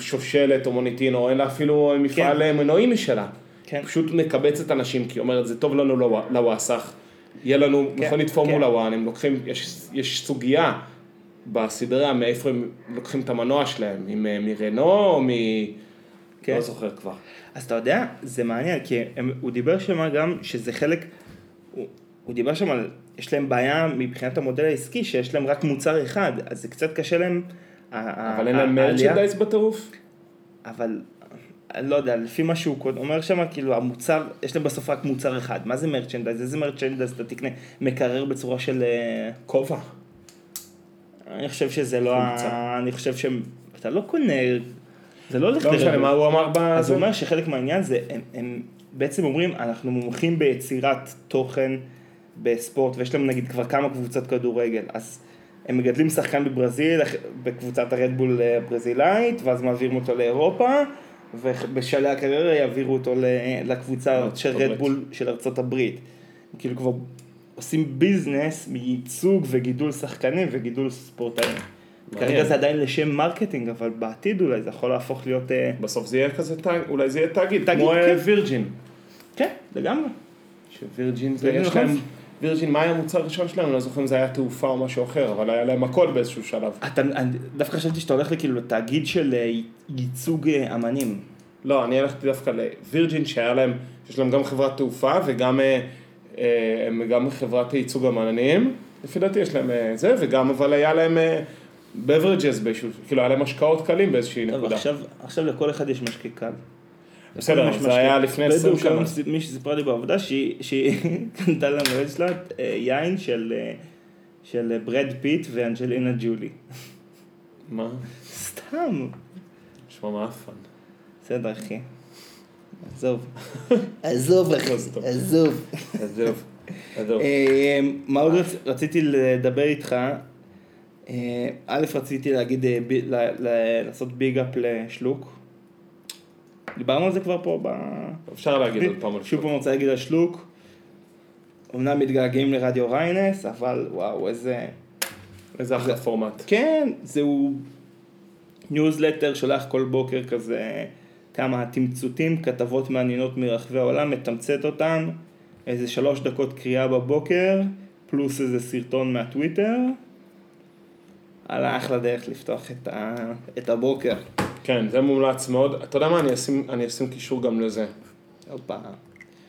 [SPEAKER 2] שושלת או מוניטין, או אין לה אפילו מפעל אה, מנועים משלה.
[SPEAKER 1] כן.
[SPEAKER 2] פשוט מקבצת אנשים, כי היא אומרת, זה טוב לנו לווא- לוואסך, יהיה לנו
[SPEAKER 1] כן,
[SPEAKER 2] מכונית
[SPEAKER 1] כן.
[SPEAKER 2] פורמולה 1, הם לוקחים, יש, יש סוגיה בסדרה מאיפה הם לוקחים את המנוע שלהם, אם אה, מרנו או מ...
[SPEAKER 1] כן.
[SPEAKER 2] לא זוכר כבר.
[SPEAKER 1] אז אתה יודע, זה מעניין, כי הם, הוא דיבר שם גם שזה חלק, הוא, הוא דיבר שם על, יש להם בעיה מבחינת המודל העסקי, שיש להם רק מוצר אחד, אז זה קצת קשה להם. ה-
[SPEAKER 2] אבל
[SPEAKER 1] ה-
[SPEAKER 2] אין להם
[SPEAKER 1] העלייה-
[SPEAKER 2] מרצ'נדייז בטירוף?
[SPEAKER 1] אבל, אני לא יודע, לפי מה שהוא קוד- אומר שם, כאילו המוצר, יש להם בסוף רק מוצר אחד, מה זה מרצ'נדייז? איזה מרצ'נדייז אתה תקנה? מקרר בצורה של... אה,
[SPEAKER 2] כובע.
[SPEAKER 1] אני חושב שזה לא ה...
[SPEAKER 2] חומצה.
[SPEAKER 1] אני חושב שהם... אתה לא קונה... זה לא הולך
[SPEAKER 2] לא משנה
[SPEAKER 1] לרדת.
[SPEAKER 2] מה הוא אמר
[SPEAKER 1] אז
[SPEAKER 2] בזה.
[SPEAKER 1] הוא אומר שחלק מהעניין זה, הם, הם בעצם אומרים, אנחנו מומחים ביצירת תוכן בספורט, ויש להם נגיד כבר כמה קבוצות כדורגל, אז הם מגדלים שחקן בברזיל, אח- בקבוצת הרדבול אה, הברזילאית, ואז מעבירים אותו לאירופה, ובשלהי הקריירה יעבירו אותו ל- לקבוצה
[SPEAKER 2] ארצות
[SPEAKER 1] של
[SPEAKER 2] הברית.
[SPEAKER 1] רדבול של ארצות הברית. כאילו כבר עושים ביזנס מייצוג וגידול שחקנים וגידול ספורטאים.
[SPEAKER 2] מעניין.
[SPEAKER 1] כרגע זה עדיין לשם מרקטינג, אבל בעתיד אולי זה יכול להפוך להיות... אה,
[SPEAKER 2] בסוף זה יהיה כזה תאג, אולי זה יהיה תאגיד,
[SPEAKER 1] תאגיד,
[SPEAKER 2] כמו אה,
[SPEAKER 1] כן.
[SPEAKER 2] וירג'ין.
[SPEAKER 1] כן, לגמרי.
[SPEAKER 2] שווירג'ין זה
[SPEAKER 1] וירג'ין
[SPEAKER 2] יש
[SPEAKER 1] נכון.
[SPEAKER 2] להם... וירג'ין, מה היה המוצר הראשון שלהם? אני לא זוכר אם זה היה תעופה או משהו אחר, אבל היה להם הכל באיזשהו שלב.
[SPEAKER 1] אתה, אני, דווקא חשבתי שאתה הולך לכאילו לתאגיד של אה, ייצוג אה, אמנים.
[SPEAKER 2] לא, אני הלכתי דווקא לווירג'ין, שהיה להם, יש להם גם חברת תעופה וגם אה, אה, הם גם חברת ייצוג אמנים, לפי דעתי יש להם אה, זה, וגם אבל היה להם בברג'ס באיזשהו, כאילו היה להם השקעות קלים באיזושהי
[SPEAKER 1] טוב,
[SPEAKER 2] נקודה.
[SPEAKER 1] עכשיו, עכשיו לכל אחד יש משקה קל.
[SPEAKER 2] בסדר, אבל זה היה לפני 20 שנה.
[SPEAKER 1] בדיוק, מי שסיפרה לי בעבודה, שהיא שהיא קנתה למועד שלה אה, יין של, אה, של אה, ברד פיט ואנג'לינה ג'ולי.
[SPEAKER 2] מה?
[SPEAKER 1] סתם.
[SPEAKER 2] נשמע מאפן.
[SPEAKER 1] בסדר, אחי. עזוב.
[SPEAKER 3] עזוב,
[SPEAKER 2] לא, זה טוב.
[SPEAKER 3] אחי, עזוב.
[SPEAKER 2] עזוב, עזוב.
[SPEAKER 1] אה, מה עוד רצ- רציתי לדבר איתך? אה, א', רציתי להגיד, אה, ב- ל- ל- לעשות ביג אפ לשלוק. דיברנו על זה כבר פה ב...
[SPEAKER 2] אפשר להגיד עוד פעם על
[SPEAKER 1] שוב
[SPEAKER 2] שוב.
[SPEAKER 1] פעם רוצה להגיד על שלוק. אמנם מתגעגעים לרדיו ריינס, אבל וואו, איזה...
[SPEAKER 2] איזה אחלה פורמט.
[SPEAKER 1] כן, זהו ניוזלטר, שולח כל בוקר כזה כמה תמצותים, כתבות מעניינות מרחבי העולם, מתמצת אותן, איזה שלוש דקות קריאה בבוקר, פלוס איזה סרטון מהטוויטר. על אחלה דרך לפתוח את, ה... את הבוקר.
[SPEAKER 2] כן, זה מומלץ מאוד. אתה יודע מה, אני אשים, אני אשים קישור גם לזה.
[SPEAKER 1] הופה.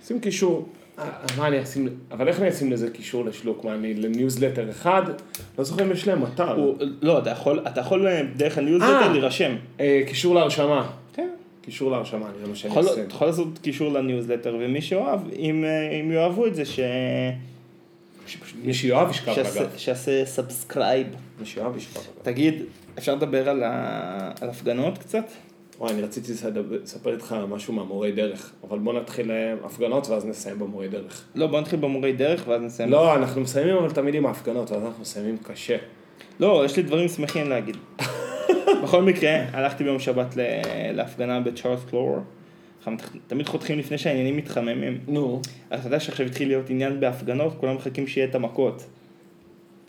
[SPEAKER 2] שים קישור, אה, מה אני אשים, אבל איך אני אשים לזה קישור לשלוק? מה, אני לניוזלטר אחד? לא זוכר אם יש להם אתר.
[SPEAKER 1] הוא- לא, אתה יכול, אתה יכול אה, דרך הניוזלטר
[SPEAKER 2] אה.
[SPEAKER 1] להירשם.
[SPEAKER 2] אה, קישור להרשמה.
[SPEAKER 1] כן.
[SPEAKER 2] קישור להרשמה, אני לא זה מה שאני
[SPEAKER 1] יכול,
[SPEAKER 2] אעשה.
[SPEAKER 1] אתה יכול לעשות קישור לניוזלטר, ומי שאוהב, אם, אה, אם יאהבו את זה, ש...
[SPEAKER 2] מי שיואב ישכב
[SPEAKER 1] שיעשה-
[SPEAKER 2] אגב.
[SPEAKER 1] שיעשה סאבסקרייב.
[SPEAKER 2] מי שיואב ישכב אגב.
[SPEAKER 1] תגיד, אפשר לדבר על, ה... על הפגנות קצת?
[SPEAKER 2] וואי, אני רציתי לסד- לספר איתך משהו מהמורי דרך, אבל בוא נתחיל אה, הפגנות ואז נסיים במורי דרך.
[SPEAKER 1] לא, בוא נתחיל במורי דרך ואז נסיים.
[SPEAKER 2] לא, אנחנו מסיימים אבל תמיד עם ההפגנות, ואז אנחנו מסיימים קשה.
[SPEAKER 1] לא, יש לי דברים שמחים להגיד. בכל מקרה, הלכתי ביום שבת ל... להפגנה בצ'ארלס קלור. אנחנו תמיד חותכים לפני שהעניינים מתחממים.
[SPEAKER 2] נו.
[SPEAKER 1] אז אתה יודע שעכשיו התחיל להיות עניין בהפגנות, כולם מחכים שיהיה את המכות.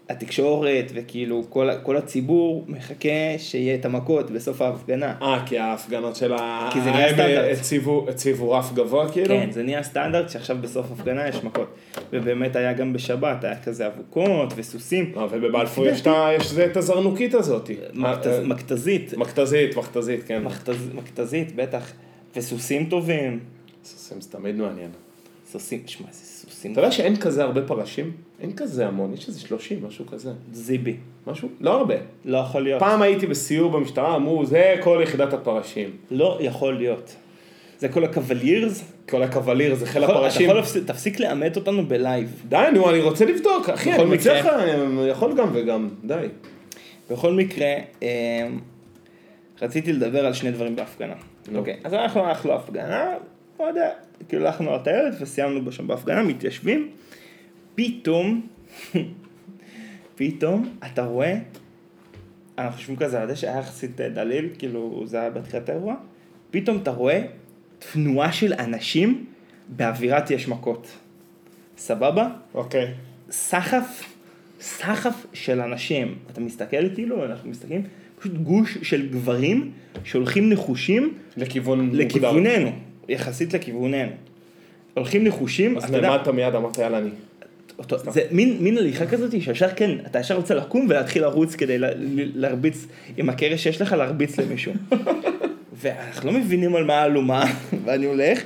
[SPEAKER 1] התקשורת וכאילו כל, ה- כל הציבור מחכה שיהיה את המכות בסוף ההפגנה.
[SPEAKER 2] אה, כי ההפגנות של ה...
[SPEAKER 1] כי זה נהיה
[SPEAKER 2] הם,
[SPEAKER 1] סטנדרט.
[SPEAKER 2] אה, הציבו- הציבו רף גבוה כאילו?
[SPEAKER 1] כן, זה נהיה סטנדרט שעכשיו בסוף הפגנה יש מכות. ובאמת היה גם בשבת, היה כזה אבוקות וסוסים.
[SPEAKER 2] אה, ובבלפור יש את ה- יש זה- את הזרנוקית הזאת.
[SPEAKER 1] מכתז-
[SPEAKER 2] אה,
[SPEAKER 1] מכתזית,
[SPEAKER 2] מכתזית, מכתזית, כן.
[SPEAKER 1] מכתז- מכתזית בטח, וסוסים טובים.
[SPEAKER 2] סוסים זה תמיד מעניין.
[SPEAKER 1] סוסים, שמע, זה סוסים.
[SPEAKER 2] אתה יודע שאין כזה הרבה פרשים? אין כזה המון, יש איזה 30, משהו כזה.
[SPEAKER 1] זיבי,
[SPEAKER 2] משהו? לא הרבה.
[SPEAKER 1] לא יכול להיות.
[SPEAKER 2] פעם הייתי בסיור במשטרה, אמרו, זה כל יחידת הפרשים.
[SPEAKER 1] לא יכול להיות. זה כל הקוולירס.
[SPEAKER 2] כל הקווליר זה חיל
[SPEAKER 1] אתה יכול- אתה
[SPEAKER 2] הפרשים.
[SPEAKER 1] יכול להפסיק- תפסיק לאמת אותנו בלייב.
[SPEAKER 2] די, נו, אני רוצה לבדוק, אחי,
[SPEAKER 1] בכל
[SPEAKER 2] אני מצליח,
[SPEAKER 1] מקרה.
[SPEAKER 2] אני יכול גם וגם, די.
[SPEAKER 1] בכל מקרה, אמ, רציתי לדבר על שני דברים בהפגנה.
[SPEAKER 2] נו.
[SPEAKER 1] אוקיי, אז אנחנו הלכנו להפגנה, לא יודע, כאילו הלכנו על הטיילת וסיימנו שם בהפגנה, מתיישבים, פתאום, פתאום אתה רואה, אנחנו חושבים כזה על זה שהיה יחסית דליל, כאילו זה היה בתחילת האירוע, פתאום אתה רואה תנועה של אנשים באווירת יש מכות. סבבה?
[SPEAKER 2] אוקיי.
[SPEAKER 1] סחף, סחף של אנשים. אתה מסתכל כאילו, אנחנו מסתכלים, פשוט גוש של גברים שהולכים נחושים
[SPEAKER 2] לכיוון מוגדר.
[SPEAKER 1] לכיווננו, יחסית לכיווננו. הולכים נחושים,
[SPEAKER 2] אז
[SPEAKER 1] אתה יודע,
[SPEAKER 2] נעמדת מיד, אמרת, יאללה, אני.
[SPEAKER 1] אותו- זה מין מין הליכה כזאת שישר כן, אתה ישר רוצה לקום ולהתחיל לרוץ כדי ל- ל- להרביץ, עם הקרש שיש לך להרביץ למישהו. ואנחנו לא מבינים על מה האלומה, ואני הולך,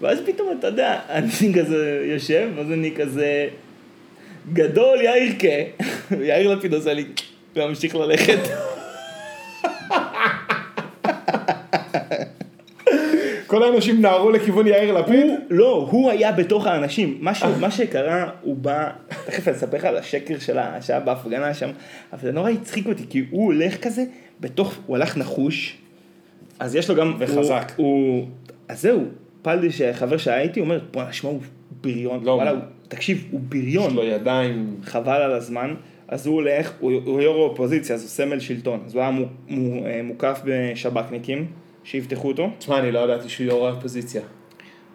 [SPEAKER 1] ואז פתאום אתה יודע, אני כזה יושב, ואז אני כזה, גדול יאירקה, ויאיר לפיד עושה לי, וממשיך ללכת.
[SPEAKER 2] כל האנשים נערו לכיוון יאיר לפיד?
[SPEAKER 1] הוא, לא, הוא היה בתוך האנשים. מה, ש, מה שקרה, הוא בא, תכף אני אספר לך על השקר שלה, שהיה בהפגנה שם, אבל זה נורא הצחיק אותי, כי הוא הולך כזה, בתוך, הוא הלך נחוש, אז יש לו גם...
[SPEAKER 2] וחזק.
[SPEAKER 1] הוא, הוא, אז זהו, פלדי, שחבר שהיה איתי, אומר, בואנה, שמע, הוא בריון.
[SPEAKER 2] לא,
[SPEAKER 1] וואלה,
[SPEAKER 2] הוא-
[SPEAKER 1] הוא, תקשיב, הוא
[SPEAKER 2] יש
[SPEAKER 1] בריון.
[SPEAKER 2] לו לא, ידיים.
[SPEAKER 1] חבל על הזמן, אז הוא הולך, הוא, הוא יו"ר האופוזיציה, אז הוא סמל שלטון, אז הוא היה מו, מו, אה, מוקף בשב"כניקים, שיבטחו אותו,
[SPEAKER 2] תשמע, אני לא ידעתי שהוא יו"ר האופוזיציה.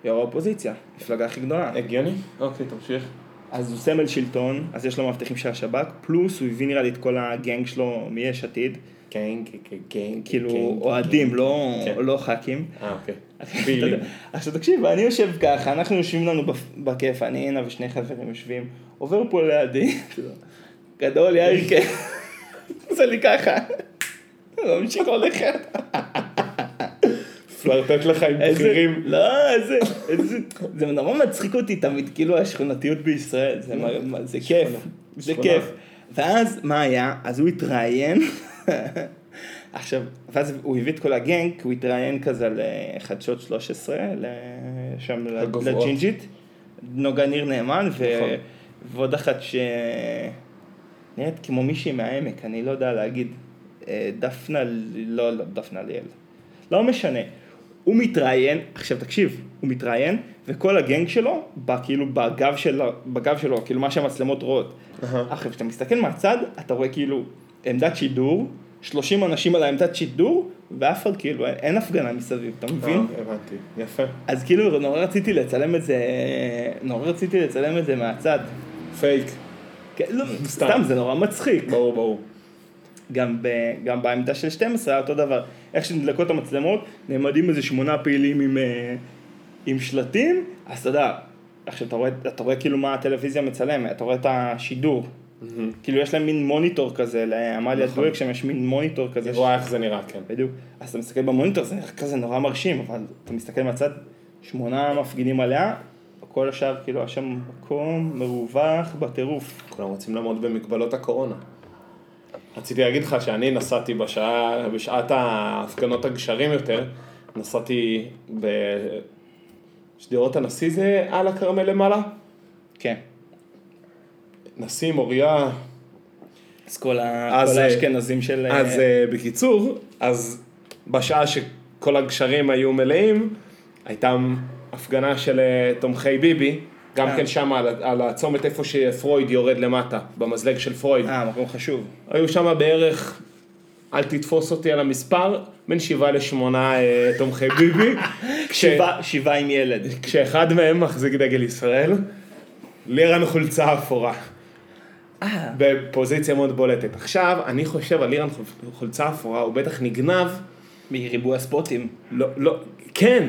[SPEAKER 1] יו"ר האופוזיציה, מפלגה הכי גדולה.
[SPEAKER 2] הגיוני? אוקיי, תמשיך.
[SPEAKER 1] אז הוא סמל שלטון, אז יש לו מאבטחים של השב"כ, פלוס הוא הביא נראה לי את כל הגנג שלו מיש עתיד,
[SPEAKER 2] כן, כן, כן, כן.
[SPEAKER 1] כאילו
[SPEAKER 2] כן,
[SPEAKER 1] אוהדים, לא,
[SPEAKER 2] כן.
[SPEAKER 1] לא ח"כים.
[SPEAKER 2] כן. אה, אוקיי.
[SPEAKER 1] אתה יודע,
[SPEAKER 2] פעילים.
[SPEAKER 1] עכשיו תקשיב, אני יושב ככה, אנחנו יושבים לנו בפ- בכיף, אני הנה ושני חברים יושבים, עובר פה לידי, גדול יאיר כן, עושה לי ככה, לא ממשיך הולכת.
[SPEAKER 2] פלרטט לך עם
[SPEAKER 1] איזה-
[SPEAKER 2] בכירים.
[SPEAKER 1] לא, איזה, איזה, זה נורא מצחיק אותי תמיד, כאילו השכונתיות בישראל, זה, מה- מה- זה כיף, זה
[SPEAKER 2] שכונה.
[SPEAKER 1] כיף. ואז מה היה? אז הוא התראיין, עכשיו, ואז הוא הביא את כל הגנג, כי הוא התראיין כזה לחדשות 13, ל- שם ל-
[SPEAKER 2] הגבוהות.
[SPEAKER 1] לג'ינג'ית, נוגה ניר נאמן, ו...
[SPEAKER 2] נכון.
[SPEAKER 1] ועוד אחת ש... נראית כמו מישהי מהעמק, אני לא יודע להגיד. אה, דפנה, לא, לא, דפנה ליאל. לא משנה. הוא מתראיין, עכשיו תקשיב, הוא מתראיין, וכל הגנג שלו בא כאילו בגב שלו, בגב שלו כאילו מה שהמצלמות רואות. עכשיו, כשאתה מסתכל מהצד, אתה רואה כאילו עמדת שידור, 30 אנשים על העמדת שידור, ואף אחד כאילו, אין- אין הפגנה מסביב, אתה מבין?
[SPEAKER 2] אה, הבנתי, יפה.
[SPEAKER 1] אז כאילו נורא רציתי לצלם את זה, נורא רציתי לצלם את זה מהצד.
[SPEAKER 2] פייק,
[SPEAKER 1] כן, לא,
[SPEAKER 2] סתם.
[SPEAKER 1] סתם, זה נורא מצחיק.
[SPEAKER 2] ברור, ברור.
[SPEAKER 1] גם, ב, גם בעמדה של 12 היה אותו דבר. איך שנדלקות המצלמות, נעמדים איזה שמונה פעילים עם, אה, עם שלטים, אז אתה יודע, עכשיו אתה רואה, אתה רואה כאילו מה הטלוויזיה מצלמת, אתה רואה את השידור. כאילו יש להם מין מוניטור כזה, לעמליה
[SPEAKER 2] נכון.
[SPEAKER 1] דואק שם יש מין מוניטור כזה.
[SPEAKER 2] אני
[SPEAKER 1] ש-
[SPEAKER 2] רואה איך זה נראה, כן.
[SPEAKER 1] בדיוק. אז אתה מסתכל במוניטור, זה נראה כזה נורא מרשים, אבל אתה מסתכל מהצד, שמונה מפגינים עליה, כל השאר כאילו היה שם מקום מרווח בטירוף.
[SPEAKER 2] כולם רוצים לעמוד במגבלות הקורונה. רציתי להגיד לך שאני נסעתי בשעה, בשעת ההפגנות הגשרים יותר, נסעתי בשדרות הנשיא זה על הכרמל למעלה,
[SPEAKER 1] כן.
[SPEAKER 2] נשיא מוריה.
[SPEAKER 1] אז כל ה-
[SPEAKER 2] אז,
[SPEAKER 1] כל
[SPEAKER 2] אה,
[SPEAKER 1] האשכנזים של... אה,
[SPEAKER 2] אז אה, בקיצור, אז בשעה שכל הגשרים היו מלאים, הייתה הפגנה של אה, תומכי ביבי, גם
[SPEAKER 1] אה.
[SPEAKER 2] כן שם על, על הצומת איפה שפרויד יורד למטה, במזלג של פרויד.
[SPEAKER 1] אה, מקום חשוב.
[SPEAKER 2] היו שם בערך, אל תתפוס אותי על המספר, בין שבעה לשמונה אה, תומכי ביבי. כש-
[SPEAKER 1] שבעה- שבעה עם ילד.
[SPEAKER 2] כשאחד מהם מחזיק דגל ישראל, לירן חולצה אפורה.
[SPEAKER 1] אה.
[SPEAKER 2] בפוזיציה מאוד בולטת. עכשיו, אני חושב על לירן חול- חולצה אפורה, הוא בטח נגנב,
[SPEAKER 1] מריבוי הספוטים.
[SPEAKER 2] לא, לא, כן,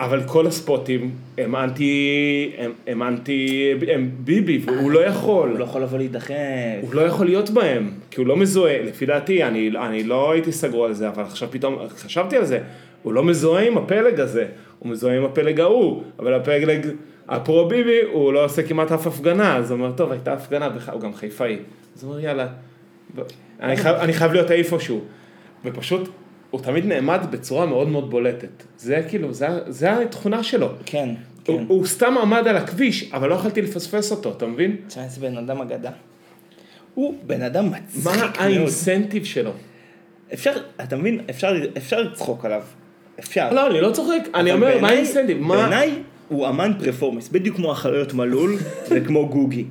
[SPEAKER 2] אבל כל הספוטים הם אנטי, הם, הם אנטי, הם ביבי, והוא לא יכול.
[SPEAKER 1] הוא לא יכול לבוא להידחף.
[SPEAKER 2] הוא לא יכול להיות בהם, כי הוא לא מזוהה, לפי דעתי, אני, אני לא הייתי סגור על זה, אבל עכשיו פתאום חשבתי על זה, הוא לא מזוהה עם הפלג הזה, הוא מזוהה עם הפלג ההוא, אבל הפלג הפרו-ביבי, הוא לא עושה כמעט אף הפגנה, אז הוא אומר, טוב, הייתה הפגנה, בח- הוא גם חיפאי, אז הוא אומר, יאללה, ב- אני, חייב, אני חייב להיות איפשהו, ופשוט, הוא תמיד נעמד בצורה מאוד מאוד בולטת, זה כאילו, זה, זה התכונה שלו.
[SPEAKER 1] כן, כן.
[SPEAKER 2] הוא, הוא סתם עמד על הכביש, אבל לא יכולתי לפספס אותו, אתה מבין?
[SPEAKER 1] תשמע, איזה בן אדם אגדה. הוא בן אדם
[SPEAKER 2] מה
[SPEAKER 1] מצחיק מאוד.
[SPEAKER 2] האינסנטיב שלו?
[SPEAKER 1] אפשר, אתה מבין, אפשר אפשר לצחוק עליו. אפשר.
[SPEAKER 2] לא, אני לא צוחק, אני
[SPEAKER 1] אבל
[SPEAKER 2] אומר, מה
[SPEAKER 1] בעיניי-
[SPEAKER 2] האינסנטיב? מה...
[SPEAKER 1] בעיניי הוא אמן פרפורמנס, בדיוק כמו החיות מלול וכמו גוגי.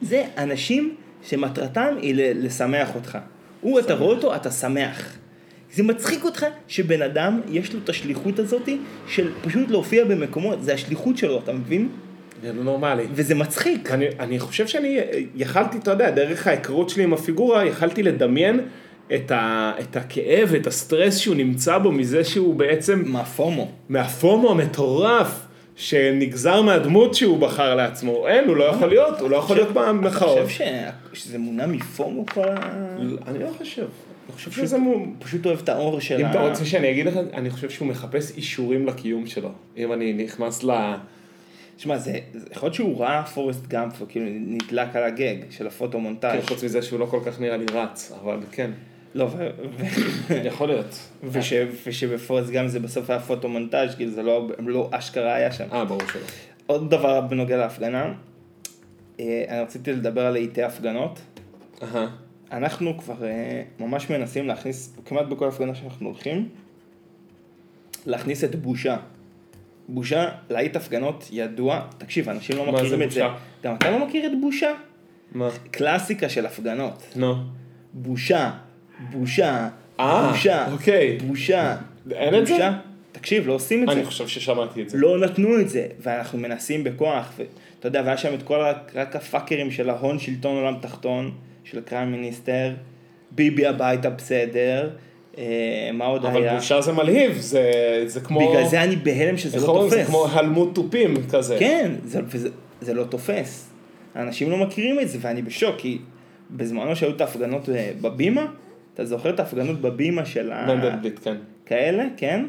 [SPEAKER 1] זה אנשים שמטרתם היא ל- לשמח אותך. הוא, אתה רואה אותו, אתה שמח. זה מצחיק אותך שבן אדם, יש לו את השליחות הזאת של פשוט להופיע במקומות, זה השליחות שלו, אתה מבין?
[SPEAKER 2] זה לא נורמלי.
[SPEAKER 1] וזה מצחיק.
[SPEAKER 2] אני, אני חושב שאני אה, יכלתי, אתה יודע, דרך ההיכרות שלי עם הפיגורה, יכלתי לדמיין את, ה, את הכאב, את הסטרס שהוא נמצא בו מזה שהוא בעצם
[SPEAKER 1] מה פומו?
[SPEAKER 2] מהפומו המטורף שנגזר מהדמות שהוא בחר לעצמו. אין, הוא לא יכול להיות, הוא לא יכול להיות במחאות.
[SPEAKER 1] אתה חושב ש- שזה מונע מפומו כל ה...
[SPEAKER 2] אני לא חושב. אני חושב שזה מו-
[SPEAKER 1] הוא פשוט אוהב את האור של
[SPEAKER 2] אם
[SPEAKER 1] ה...
[SPEAKER 2] אתה רוצה שאני אגיד לך, אני חושב שהוא מחפש אישורים לקיום שלו. אם אני נכנס ל...
[SPEAKER 1] שמע, זה, זה יכול להיות שהוא ראה פורסט גאמפ, וכאילו נדלק על הגג של
[SPEAKER 2] כן,
[SPEAKER 1] הפוטומונטאז'.
[SPEAKER 2] חוץ מזה שהוא לא כל כך נראה לי רץ, אבל כן,
[SPEAKER 1] לא, ו- ו-
[SPEAKER 2] יכול להיות.
[SPEAKER 1] וש, ושבפורסט גאמפ זה בסוף היה פוטומונטאז', כאילו זה לא, הם לא אשכרה היה שם.
[SPEAKER 2] אה, ברור שלא.
[SPEAKER 1] עוד דבר בנוגע להפגנה, אה, אני רציתי לדבר על עיתי הפגנות.
[SPEAKER 2] אהה.
[SPEAKER 1] אנחנו כבר אה, ממש מנסים להכניס, כמעט בכל הפגנה שאנחנו הולכים, להכניס את בושה. בושה, להיט הפגנות ידוע, תקשיב, אנשים לא
[SPEAKER 2] מה
[SPEAKER 1] מכירים
[SPEAKER 2] זה
[SPEAKER 1] את זה.
[SPEAKER 2] בושה?
[SPEAKER 1] גם אתה לא מכיר את בושה?
[SPEAKER 2] מה?
[SPEAKER 1] קלאסיקה של הפגנות.
[SPEAKER 2] נו.
[SPEAKER 1] בושה, בושה,
[SPEAKER 2] אה,
[SPEAKER 1] בושה,
[SPEAKER 2] אוקיי.
[SPEAKER 1] בושה.
[SPEAKER 2] אין את זה?
[SPEAKER 1] בושה. תקשיב, לא עושים את זה.
[SPEAKER 2] אני חושב ששמעתי את זה.
[SPEAKER 1] לא נתנו את זה, ואנחנו מנסים בכוח, ואתה יודע, והיה שם את כל ה- רק הפאקרים של ההון שלטון עולם תחתון, של קריים מיניסטר, ביבי הביתה בסדר, אה, מה עוד
[SPEAKER 2] אבל
[SPEAKER 1] היה?
[SPEAKER 2] בושה זה מלהיב, זה זה כמו...
[SPEAKER 1] בגלל זה אני בהלם שזה לא
[SPEAKER 2] איך אומרים?
[SPEAKER 1] תופס.
[SPEAKER 2] זה כמו הלמות תופים כזה.
[SPEAKER 1] כן, זה, וזה, זה לא תופס. האנשים לא מכירים את זה, ואני בשוק, כי בזמנו שהיו את ההפגנות אה, בבימה, אתה זוכר את ההפגנות בבימה של ה...
[SPEAKER 2] מנדלבליט, כן.
[SPEAKER 1] כאלה, כן?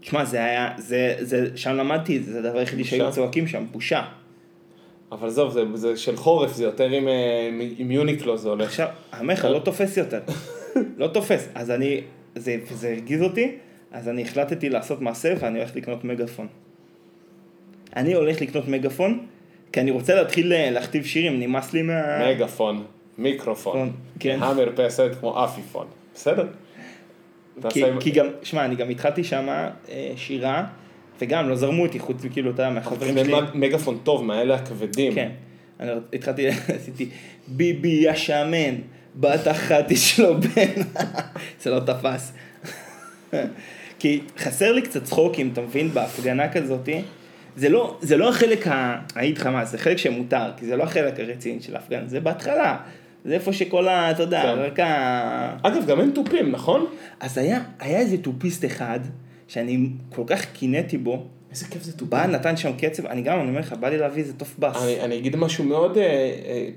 [SPEAKER 1] תשמע, זה היה, זה, זה, שם למדתי, זה הדבר היחידי
[SPEAKER 2] בושה.
[SPEAKER 1] שהיו צועקים שם, בושה.
[SPEAKER 2] אבל עזוב, זה- זה של חורף, זה יותר עם, אה, עם- עם יוניקלו זה הולך.
[SPEAKER 1] עכשיו, עמך לא תופס יותר. לא תופס. אז אני, זה, זה הרגיז אותי, אז אני החלטתי לעשות מעשה ואני הולך לקנות מגפון. אני הולך לקנות מגפון, כי אני רוצה להתחיל אה, להכתיב שירים, נמאס לי מה...
[SPEAKER 2] מגפון, מיקרופון,
[SPEAKER 1] כן.
[SPEAKER 2] המרפסת כמו עפיפון. בסדר.
[SPEAKER 1] כי,
[SPEAKER 2] תעשה עם-
[SPEAKER 1] כי גם, שמע, אני גם התחלתי שמה אה, שירה, וגם לא זרמו אותי, חוץ מכאילו, אתה יודע, מהחברים
[SPEAKER 2] זה
[SPEAKER 1] שלי.
[SPEAKER 2] מגפון טוב, מאלה הכבדים.
[SPEAKER 1] כן. אני רצ- התחלתי, עשיתי ביבי השמן, בת אחת יש לו בן, זה לא תפס. כי חסר לי קצת צחוקים, אתה מבין, בהפגנה כזאתי. זה לא, זה לא החלק ה... היית חמאס, זה חלק שמותר, כי זה לא החלק הרציני של ההפגנה, זה בהתחלה. זה איפה שכל ה... אתה יודע,
[SPEAKER 2] כן.
[SPEAKER 1] רק ה...
[SPEAKER 2] אגב, גם אין תופים, נכון?
[SPEAKER 1] אז היה, היה איזה טופיסט אחד, שאני כל כך קינאתי בו,
[SPEAKER 2] איזה כיף זה
[SPEAKER 1] הוא
[SPEAKER 2] תופים.
[SPEAKER 1] בא, נתן שם קצב, אני גם, אני אומר לך, בא לי להביא איזה טוף בס.
[SPEAKER 2] אני, אני אגיד משהו מאוד אה, אה,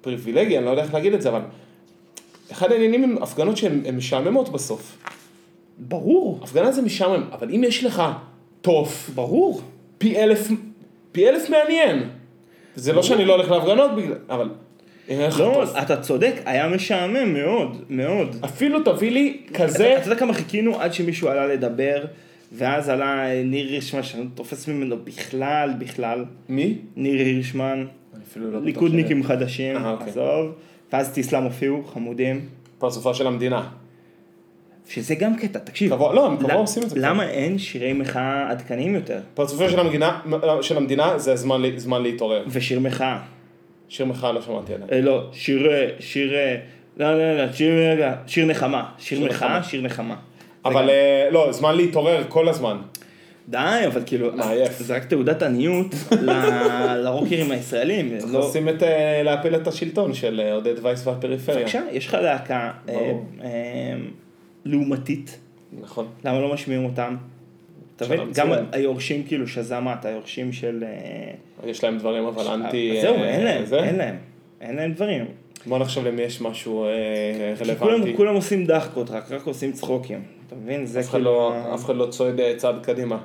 [SPEAKER 2] פריבילגי, אני לא יודע איך להגיד את זה, אבל אחד העניינים הם הפגנות שהן הן משעממות בסוף.
[SPEAKER 1] ברור,
[SPEAKER 2] הפגנה זה משעמם, אבל אם יש לך תוף,
[SPEAKER 1] ברור.
[SPEAKER 2] פי אלף, פי אלף מעניין. זה לא שאני לא הולך להפגנות בגלל, אבל... אם אין לך
[SPEAKER 1] לא,
[SPEAKER 2] תוף.
[SPEAKER 1] אתה צודק, היה משעמם מאוד, מאוד.
[SPEAKER 2] אפילו תביא לי
[SPEAKER 1] אתה
[SPEAKER 2] כזה,
[SPEAKER 1] אתה יודע כמה חיכינו עד שמישהו עלה לדבר, ואז עלה אה, ניר הירשמן, שאני לא תופס ממנו בכלל, בכלל.
[SPEAKER 2] מי?
[SPEAKER 1] ניר הירשמן,
[SPEAKER 2] אני אפילו לא בטוח
[SPEAKER 1] ליכודניקים חדשים,
[SPEAKER 2] אה, אוקיי.
[SPEAKER 1] עזוב. ואז טיסלאם הופיעו, חמודים.
[SPEAKER 2] שאני- פרצופה של המדינה.
[SPEAKER 1] שזה גם קטע, תקשיב.
[SPEAKER 2] קבוע- לא, הם קבוע
[SPEAKER 1] למ-
[SPEAKER 2] עושים את זה כבר.
[SPEAKER 1] למה אין שירי מחאה עדכניים יותר?
[SPEAKER 2] פרצופה של המדינה, של המדינה זה הזמן לי- זמן להתעורר.
[SPEAKER 1] ושיר מחאה.
[SPEAKER 2] שיר מחאה לא שמעתי עדיין.
[SPEAKER 1] אה, לא, שיר, אה, שיר, אה, לא, לא, לא, שיר, רגע, שיר נחמה. שיר
[SPEAKER 2] שיר
[SPEAKER 1] מחאה,
[SPEAKER 2] נחמה.
[SPEAKER 1] שיר נחמה.
[SPEAKER 2] אבל אה, לא, זמן להתעורר כל הזמן.
[SPEAKER 1] די, אבל כאילו,
[SPEAKER 2] מעייף.
[SPEAKER 1] זה רק תעודת עניות ל- לרוקרים הישראלים.
[SPEAKER 2] צריך
[SPEAKER 1] לא-
[SPEAKER 2] לשים את, אה, להפיל את השלטון של אה, עודד וייס והפריפריה.
[SPEAKER 1] בבקשה, יש לך להקה אה,
[SPEAKER 2] ברור.
[SPEAKER 1] אה, לעומתית,
[SPEAKER 2] נכון.
[SPEAKER 1] למה לא משמיעים אותם? אתה
[SPEAKER 2] שלום,
[SPEAKER 1] מבין? גם
[SPEAKER 2] ציון.
[SPEAKER 1] היורשים כאילו שזמת, היורשים של... אה,
[SPEAKER 2] יש להם דברים אבל אנטי...
[SPEAKER 1] אז זהו,
[SPEAKER 2] אה,
[SPEAKER 1] אין להם,
[SPEAKER 2] זה.
[SPEAKER 1] אין להם, אין להם דברים.
[SPEAKER 2] בוא נחשוב למי יש משהו אה,
[SPEAKER 1] כי כולם-
[SPEAKER 2] רלוונטי.
[SPEAKER 1] כולם עושים דחקות, רק רק עושים צחוקים. אתה מבין? זה
[SPEAKER 2] אף אחד
[SPEAKER 1] כאילו...
[SPEAKER 2] לא- אף אחד לא צועד אה, צעד קדימה.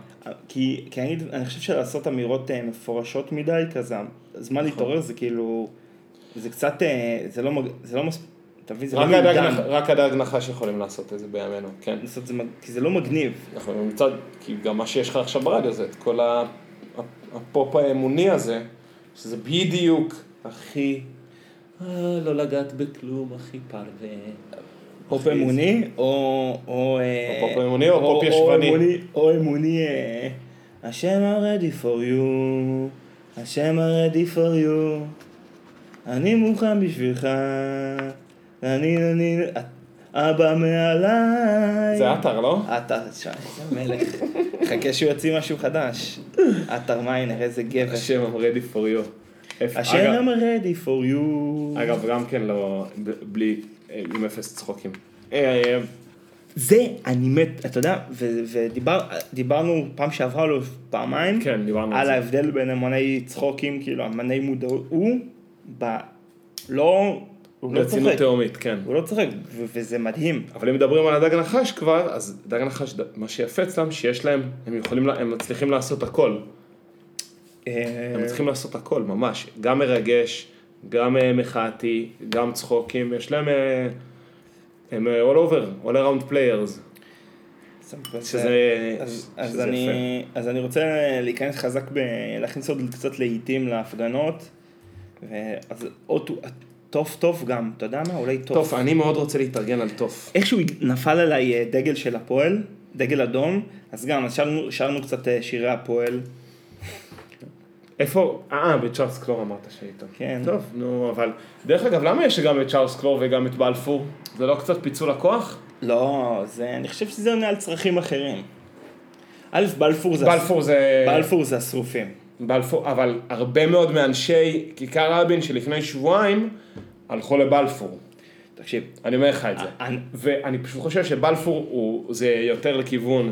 [SPEAKER 1] כי, כי אני, אני חושב שלעשות אמירות אה, מפורשות מדי, כזה, הזמן
[SPEAKER 2] נכון.
[SPEAKER 1] להתעורר זה כאילו, זה קצת, אה, זה לא, מג- זה לא מספיק, אתה מבין, זה לא
[SPEAKER 2] רק הדג
[SPEAKER 1] מעודן
[SPEAKER 2] נח- רק הדג נחש יכולים לעשות את זה בימינו, כן.
[SPEAKER 1] לעשות את זה, מג- כי זה לא מגניב.
[SPEAKER 2] אנחנו מצד, כי גם מה שיש לך עכשיו ברדיו זה את כל ה- הפופ האמוני הזה, שזה בדיוק הכי... אה, לא לגעת בכלום, הכי פרווה.
[SPEAKER 1] פופ
[SPEAKER 2] אחי,
[SPEAKER 1] אמוני, או... או אה,
[SPEAKER 2] או פופ אמוני, או פופ ישבני.
[SPEAKER 1] אמוני- או אמוני, אה, השם ה-ready for you, השם ה-ready for you, אני מוכן בשבילך, אני, אני, אבא מעליי.
[SPEAKER 2] זה עטר, לא?
[SPEAKER 1] עטר, שי, איזה מלך. חכה שהוא יוציא משהו חדש. עטר מיינר, איזה גבר.
[SPEAKER 2] השם I'm ready for you. אפ-
[SPEAKER 1] השם
[SPEAKER 2] אגב-
[SPEAKER 1] I'm ready for you.
[SPEAKER 2] אגב, גם כן לא, ב- בלי, אה, עם אפס צחוקים. אה, אה,
[SPEAKER 1] זה, אני מת, אתה יודע, ודיברנו פעם שעברה לו פעמיים,
[SPEAKER 2] כן, דיברנו על
[SPEAKER 1] על
[SPEAKER 2] זה.
[SPEAKER 1] ההבדל בין אמני צחוקים, כאילו, אמני מודעות, הוא, ב- לא, הוא לא
[SPEAKER 2] רצינות
[SPEAKER 1] צוחק.
[SPEAKER 2] תהומית, כן.
[SPEAKER 1] הוא לא צוחק, ו- וזה מדהים.
[SPEAKER 2] אבל אם מדברים על הדג נחש כבר, אז דג נחש, ד- מה שיפה אצלם, שיש להם, הם יכולים, לה- הם מצליחים לעשות הכל.
[SPEAKER 1] אה,
[SPEAKER 2] הם צריכים לעשות הכל, ממש. גם מרגש, גם אה, מחאתי, גם צחוקים, יש להם... אה, הם אה, all over, all around players. שזה...
[SPEAKER 1] אז,
[SPEAKER 2] שזה
[SPEAKER 1] אז,
[SPEAKER 2] יפה.
[SPEAKER 1] אני, אז אני רוצה להיכנס חזק, ב, להכניס עוד קצת לעיתים להפגנות, ואז עוד טוף טוף גם, אתה יודע מה? אולי טוף.
[SPEAKER 2] טוב, אני מאוד רוצה להתארגן על טוף.
[SPEAKER 1] איכשהו נפל עליי אה, דגל של הפועל, דגל אדום, אז גם, אז שרנו, שרנו קצת אה, שירי הפועל,
[SPEAKER 2] איפה... אה, בצ'ארלס קלור אמרת שהיית.
[SPEAKER 1] כן.
[SPEAKER 2] טוב, נו, אבל... דרך אגב, למה יש גם את צ'ארלס קלור וגם את בלפור? זה לא קצת פיצול הכוח?
[SPEAKER 1] לא, זה, אני חושב שזה עונה על צרכים אחרים. א', בלפור זה,
[SPEAKER 2] בלפור זה...
[SPEAKER 1] בלפור זה השרופים.
[SPEAKER 2] בלפור, אבל הרבה מאוד מאנשי כיכר רבין שלפני שבועיים הלכו לבלפור.
[SPEAKER 1] תקשיב,
[SPEAKER 2] אני אומר לך את זה.
[SPEAKER 1] אה, אני-
[SPEAKER 2] ואני פשוט חושב שבלפור הוא, זה יותר לכיוון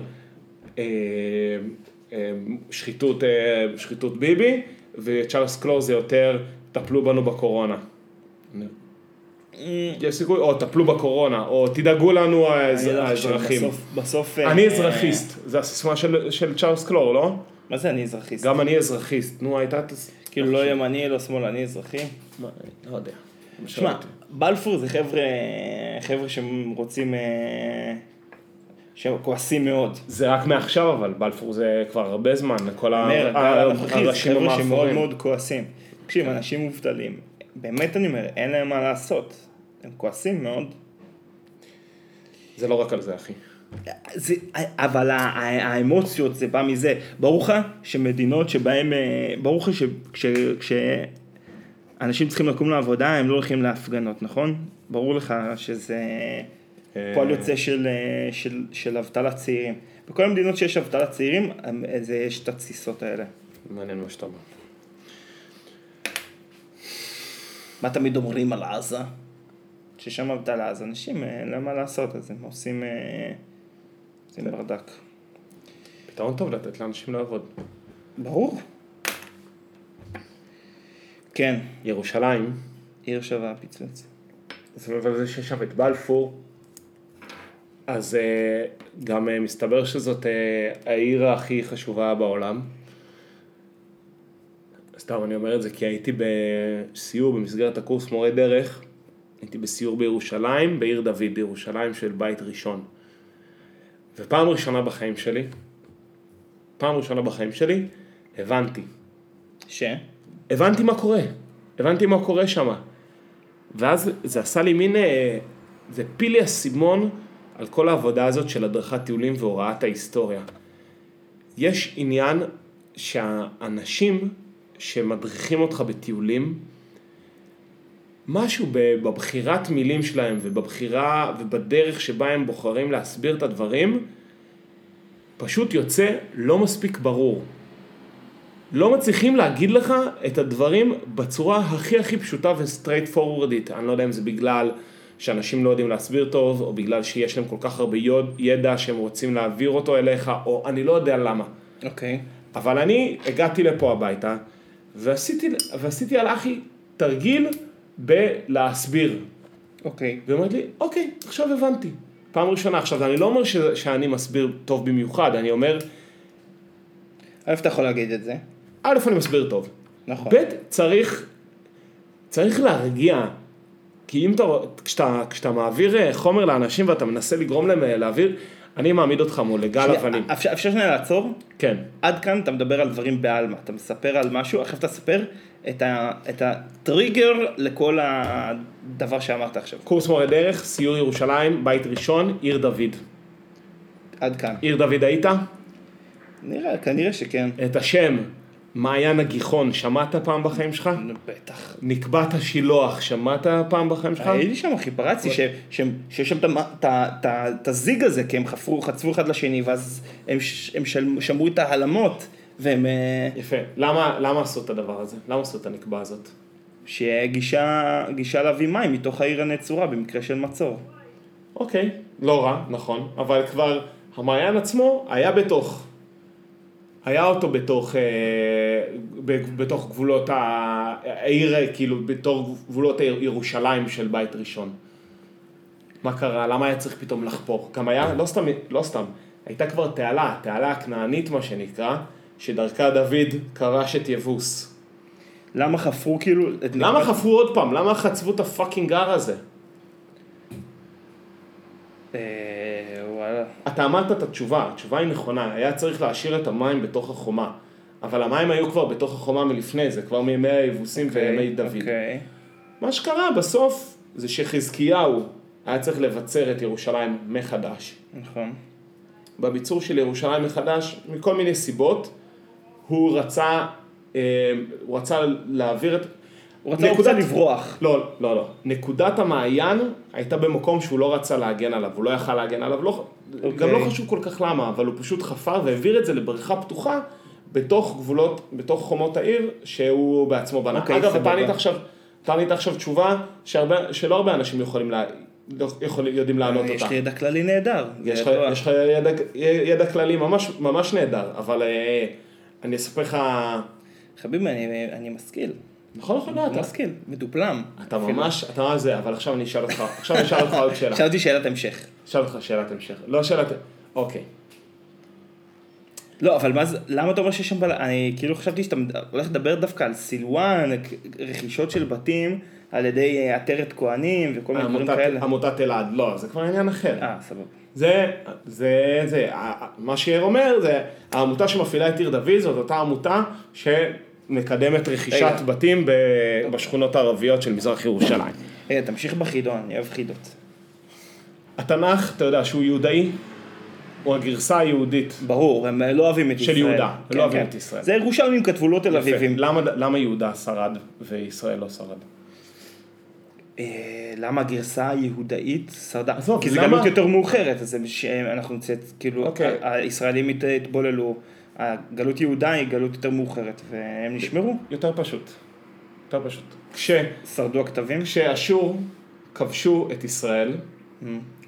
[SPEAKER 2] אה, אה, שחיתות, אה, שחיתות ביבי, וצ'ארלס קלור זה יותר טפלו בנו בקורונה. יש סיכוי, או טפלו בקורונה, או תדאגו לנו האז-
[SPEAKER 1] אני לא חושב,
[SPEAKER 2] האזרחים.
[SPEAKER 1] בסוף, בסוף...
[SPEAKER 2] אני
[SPEAKER 1] אה,
[SPEAKER 2] אזרחיסט, זה הסיסמה של, של צ'ארלס קלור, לא?
[SPEAKER 1] מה זה אני אזרחיסט?
[SPEAKER 2] גם אני אזרחיסט, נו הייתה... תס-
[SPEAKER 1] כאילו
[SPEAKER 2] נכון.
[SPEAKER 1] לא ימני, לא שמאלני, אזרחי.
[SPEAKER 2] מה, לא יודע.
[SPEAKER 1] שמע, בלפור זה חבר'ה, חבר'ה שהם רוצים, אה, שהם כועסים מאוד.
[SPEAKER 2] זה רק מעכשיו אבל, בלפור זה כבר הרבה זמן, כל ה-
[SPEAKER 1] אומר,
[SPEAKER 2] ה-
[SPEAKER 1] הגל הנוכחי זה
[SPEAKER 2] הראשים
[SPEAKER 1] אה, חבר'ה שמאוד
[SPEAKER 2] המאפורים.
[SPEAKER 1] מאוד כועסים. תקשיב, אנשים מובטלים, באמת אני אומר, אין להם מה לעשות. הם כועסים מאוד.
[SPEAKER 2] זה לא רק על זה אחי.
[SPEAKER 1] זה, אבל ה- ה- האמוציות זה בא מזה. ברור לך שמדינות שבהן, אה, ברור לך שכש... כש- אנשים צריכים לקום לעבודה, הם לא הולכים להפגנות, נכון? ברור לך שזה פועל יוצא של, אה, של, של אבטלת צעירים. בכל המדינות שיש אבטלת צעירים, הם- אה, זה- יש את התסיסות האלה.
[SPEAKER 2] מעניין מה שאתה אומר.
[SPEAKER 1] מה תמיד אומרים על עזה? ששם אבטלה, אז אנשים, אה, אין להם מה לעשות, אז הם עושים, אה, עושים ברדק.
[SPEAKER 2] פתרון טוב לתת לאנשים לעבוד.
[SPEAKER 1] ברור. כן,
[SPEAKER 2] ירושלים,
[SPEAKER 1] עיר שווה פיצוץ.
[SPEAKER 2] סבב על זה שיש שם את בלפור, אז אה, גם אה, מסתבר שזאת אה, העיר הכי חשובה בעולם. סתם אני אומר את זה כי הייתי בסיור במסגרת הקורס מורה דרך, הייתי בסיור בירושלים, בעיר דוד, ירושלים של בית ראשון. ופעם ראשונה בחיים שלי, פעם ראשונה בחיים שלי, הבנתי.
[SPEAKER 1] ש?
[SPEAKER 2] הבנתי מה קורה, הבנתי מה קורה שם. ואז זה עשה לי מין, אה, זה הפיל לי אסימון על כל העבודה הזאת של הדרכת טיולים והוראת ההיסטוריה. יש עניין שהאנשים שמדריכים אותך בטיולים, משהו ב- בבחירת מילים שלהם ובבחירה ובדרך שבה הם בוחרים להסביר את הדברים, פשוט יוצא לא מספיק ברור. לא מצליחים להגיד לך את הדברים בצורה הכי הכי פשוטה וסטרייט פורוורדית. אני לא יודע אם זה בגלל שאנשים לא יודעים להסביר טוב, או בגלל שיש להם כל כך הרבה יוד- ידע שהם רוצים להעביר אותו אליך, או אני לא יודע למה.
[SPEAKER 1] אוקיי.
[SPEAKER 2] אבל אני הגעתי לפה הביתה, ועשיתי, ועשיתי על אחי תרגיל בלהסביר.
[SPEAKER 1] אוקיי.
[SPEAKER 2] והיא אומרת לי, אוקיי, עכשיו הבנתי. פעם ראשונה, עכשיו, אני לא אומר ש, שאני מסביר טוב במיוחד, אני אומר,
[SPEAKER 1] א', אתה יכול להגיד את זה.
[SPEAKER 2] א', אני מסביר טוב.
[SPEAKER 1] נכון.
[SPEAKER 2] ב', צריך, צריך להרגיע. כי אם אתה, כשאתה, כשאתה מעביר אה, חומר לאנשים ואתה מנסה לגרום להם אה, להעביר, אני מעמיד אותך מול לגל
[SPEAKER 1] שנייה, אה,
[SPEAKER 2] אבנים.
[SPEAKER 1] אפשר אפשר שנייה לעצור?
[SPEAKER 2] כן.
[SPEAKER 1] עד כאן אתה מדבר על דברים בעלמא, אתה מספר על משהו, עכשיו אתה ספר את, ה, את הטריגר לכל הדבר שאמרת עכשיו.
[SPEAKER 2] קורס מורה דרך, סיור ירושלים, בית ראשון, עיר דוד.
[SPEAKER 1] עד כאן.
[SPEAKER 2] עיר דוד היית?
[SPEAKER 1] נראה, כנראה שכן.
[SPEAKER 2] את השם מעיין הגיחון שמעת פעם בחיים שלך?
[SPEAKER 1] נו, בטח.
[SPEAKER 2] נקבת השילוח שמעת פעם בחיים שלך?
[SPEAKER 1] הייתי אה, שם אחי, פרצתי
[SPEAKER 2] נכון.
[SPEAKER 1] ש- שהם- שיש שם את המ- את ה- את ה- את הזיג הזה, כי הם חפרו, חצבו אחד לשני, ואז הם ש- הם של- שמרו את ההלמות, והם... אה,
[SPEAKER 2] יפה. למה, למה עשו את הדבר הזה? למה עשו את הנקבה הזאת?
[SPEAKER 1] שיהיה גישה גישה להביא מים מתוך העיר הנצורה במקרה של מצור.
[SPEAKER 2] אוקיי, לא רע, נכון, אבל כבר המעיין עצמו היה בתוך. היה אותו בתוך, אה, ב- בתוך גבולות ה- העיר, אה, כאילו בתור גבולות העיר- ירושלים של בית ראשון. מה קרה? למה היה צריך פתאום לחפור? גם היה, לא סתם, לא סתם, הייתה כבר תעלה, התעלה הכנענית מה שנקרא, שדרכה דוד כבש את יבוס.
[SPEAKER 1] למה חפרו כאילו... את
[SPEAKER 2] למה
[SPEAKER 1] נקבת-
[SPEAKER 2] חפרו עוד פעם? למה חצבו את הפאקינג הר הזה?
[SPEAKER 1] אה, וואלה.
[SPEAKER 2] אתה אמרת את התשובה, התשובה היא נכונה, היה צריך להשאיר את המים בתוך החומה. אבל המים היו כבר בתוך החומה מלפני זה, כבר מימי היבוסים okay, וימי דוד. Okay.
[SPEAKER 1] אוקיי.
[SPEAKER 2] מה שקרה בסוף זה שחזקיהו היה צריך לבצר את ירושלים מחדש.
[SPEAKER 1] נכון.
[SPEAKER 2] בביצור של ירושלים מחדש, מכל מיני סיבות, הוא רצה, אה, הוא רצה להעביר את...
[SPEAKER 1] הוא רצה רוצה
[SPEAKER 2] נקודת-
[SPEAKER 1] לברוח.
[SPEAKER 2] לא, לא, לא. נקודת המעיין הייתה במקום שהוא לא רצה להגן עליו, הוא לא יכל להגן עליו, לא, okay.
[SPEAKER 1] אוקיי.
[SPEAKER 2] גם לא חשוב כל כך למה, אבל הוא פשוט חפר והעביר את זה לבריכה פתוחה בתוך גבולות, בתוך חומות העיר שהוא בעצמו בנה. Okay,
[SPEAKER 1] אוקיי,
[SPEAKER 2] אגב, אתה
[SPEAKER 1] סבבה.
[SPEAKER 2] ענית עכשיו, אתה ענית עכשיו תשובה שהרבה, שלא הרבה אנשים יכולים לה, לא יכול, יודעים לענות
[SPEAKER 1] אה, יש
[SPEAKER 2] אותה.
[SPEAKER 1] לי ידע כללי נהדר.
[SPEAKER 2] יש לך,
[SPEAKER 1] ידוע.
[SPEAKER 2] יש לך ידע, ידע כללי ממש, ממש נהדר, אבל אה, אני אספר לך,
[SPEAKER 1] חביבי, אני- אני משכיל.
[SPEAKER 2] נכון, נכון, לא, אתה,
[SPEAKER 1] משכיל. מדופלם.
[SPEAKER 2] אתה
[SPEAKER 1] אפילו.
[SPEAKER 2] ממש, אתה ממש זה, אבל עכשיו אני אשאל אותך, עכשיו אני אשאל אותך עוד שאלה.
[SPEAKER 1] שאלתי שאלת המשך.
[SPEAKER 2] אשאל אותך שאלת המשך. לא שאלת... אוקיי.
[SPEAKER 1] לא, אבל מה זה, למה אתה אומר שיש שם בלאגן? אני כאילו חשבתי שאתה מד- הולך לדבר דווקא על סילואן, כ- רכישות של בתים על ידי אה, עטרת כהנים וכל מיני דברים
[SPEAKER 2] אה, עמותת-
[SPEAKER 1] כאלה.
[SPEAKER 2] עמותת אלעד, לא, זה כבר עניין אחר.
[SPEAKER 1] אה, סבבה.
[SPEAKER 2] זה, זה, זה, ה- מה שיאיר אומר זה, העמותה שמפעילה את עיר דוד זאת אותה עמותה שמקדמת רכישת
[SPEAKER 1] רגע.
[SPEAKER 2] בתים ב- בשכונות הערביות של מזרח ירושלים.
[SPEAKER 1] רגע, תמשיך בחידון, אני אוהב חידות.
[SPEAKER 2] התנ"ך, אתה יודע שהוא יהודאי, הוא הגרסה היהודית.
[SPEAKER 1] ברור, הם לא אוהבים את
[SPEAKER 2] של
[SPEAKER 1] ישראל.
[SPEAKER 2] יהודה, הם
[SPEAKER 1] כן,
[SPEAKER 2] לא אוהבים
[SPEAKER 1] כן.
[SPEAKER 2] את ישראל.
[SPEAKER 1] זה ירושלמים כתבו, לא תל
[SPEAKER 2] יפה.
[SPEAKER 1] אביבים.
[SPEAKER 2] למה- למה יהודה שרד וישראל לא שרד?
[SPEAKER 1] אה, למה הגרסה היהודאית שרדה?
[SPEAKER 2] עזוב,
[SPEAKER 1] כי זה
[SPEAKER 2] למה-
[SPEAKER 1] גלות יותר מאוחרת, אז הם- שאנחנו נמצאת, כאילו,
[SPEAKER 2] אוקיי.
[SPEAKER 1] ה- הישראלים הת- התבוללו, הגלות יהודה היא גלות יותר מאוחרת, והם נשמרו,
[SPEAKER 2] יותר פשוט. יותר פשוט. כש...
[SPEAKER 1] שרדו הכתבים.
[SPEAKER 2] כשאשור כבשו את ישראל,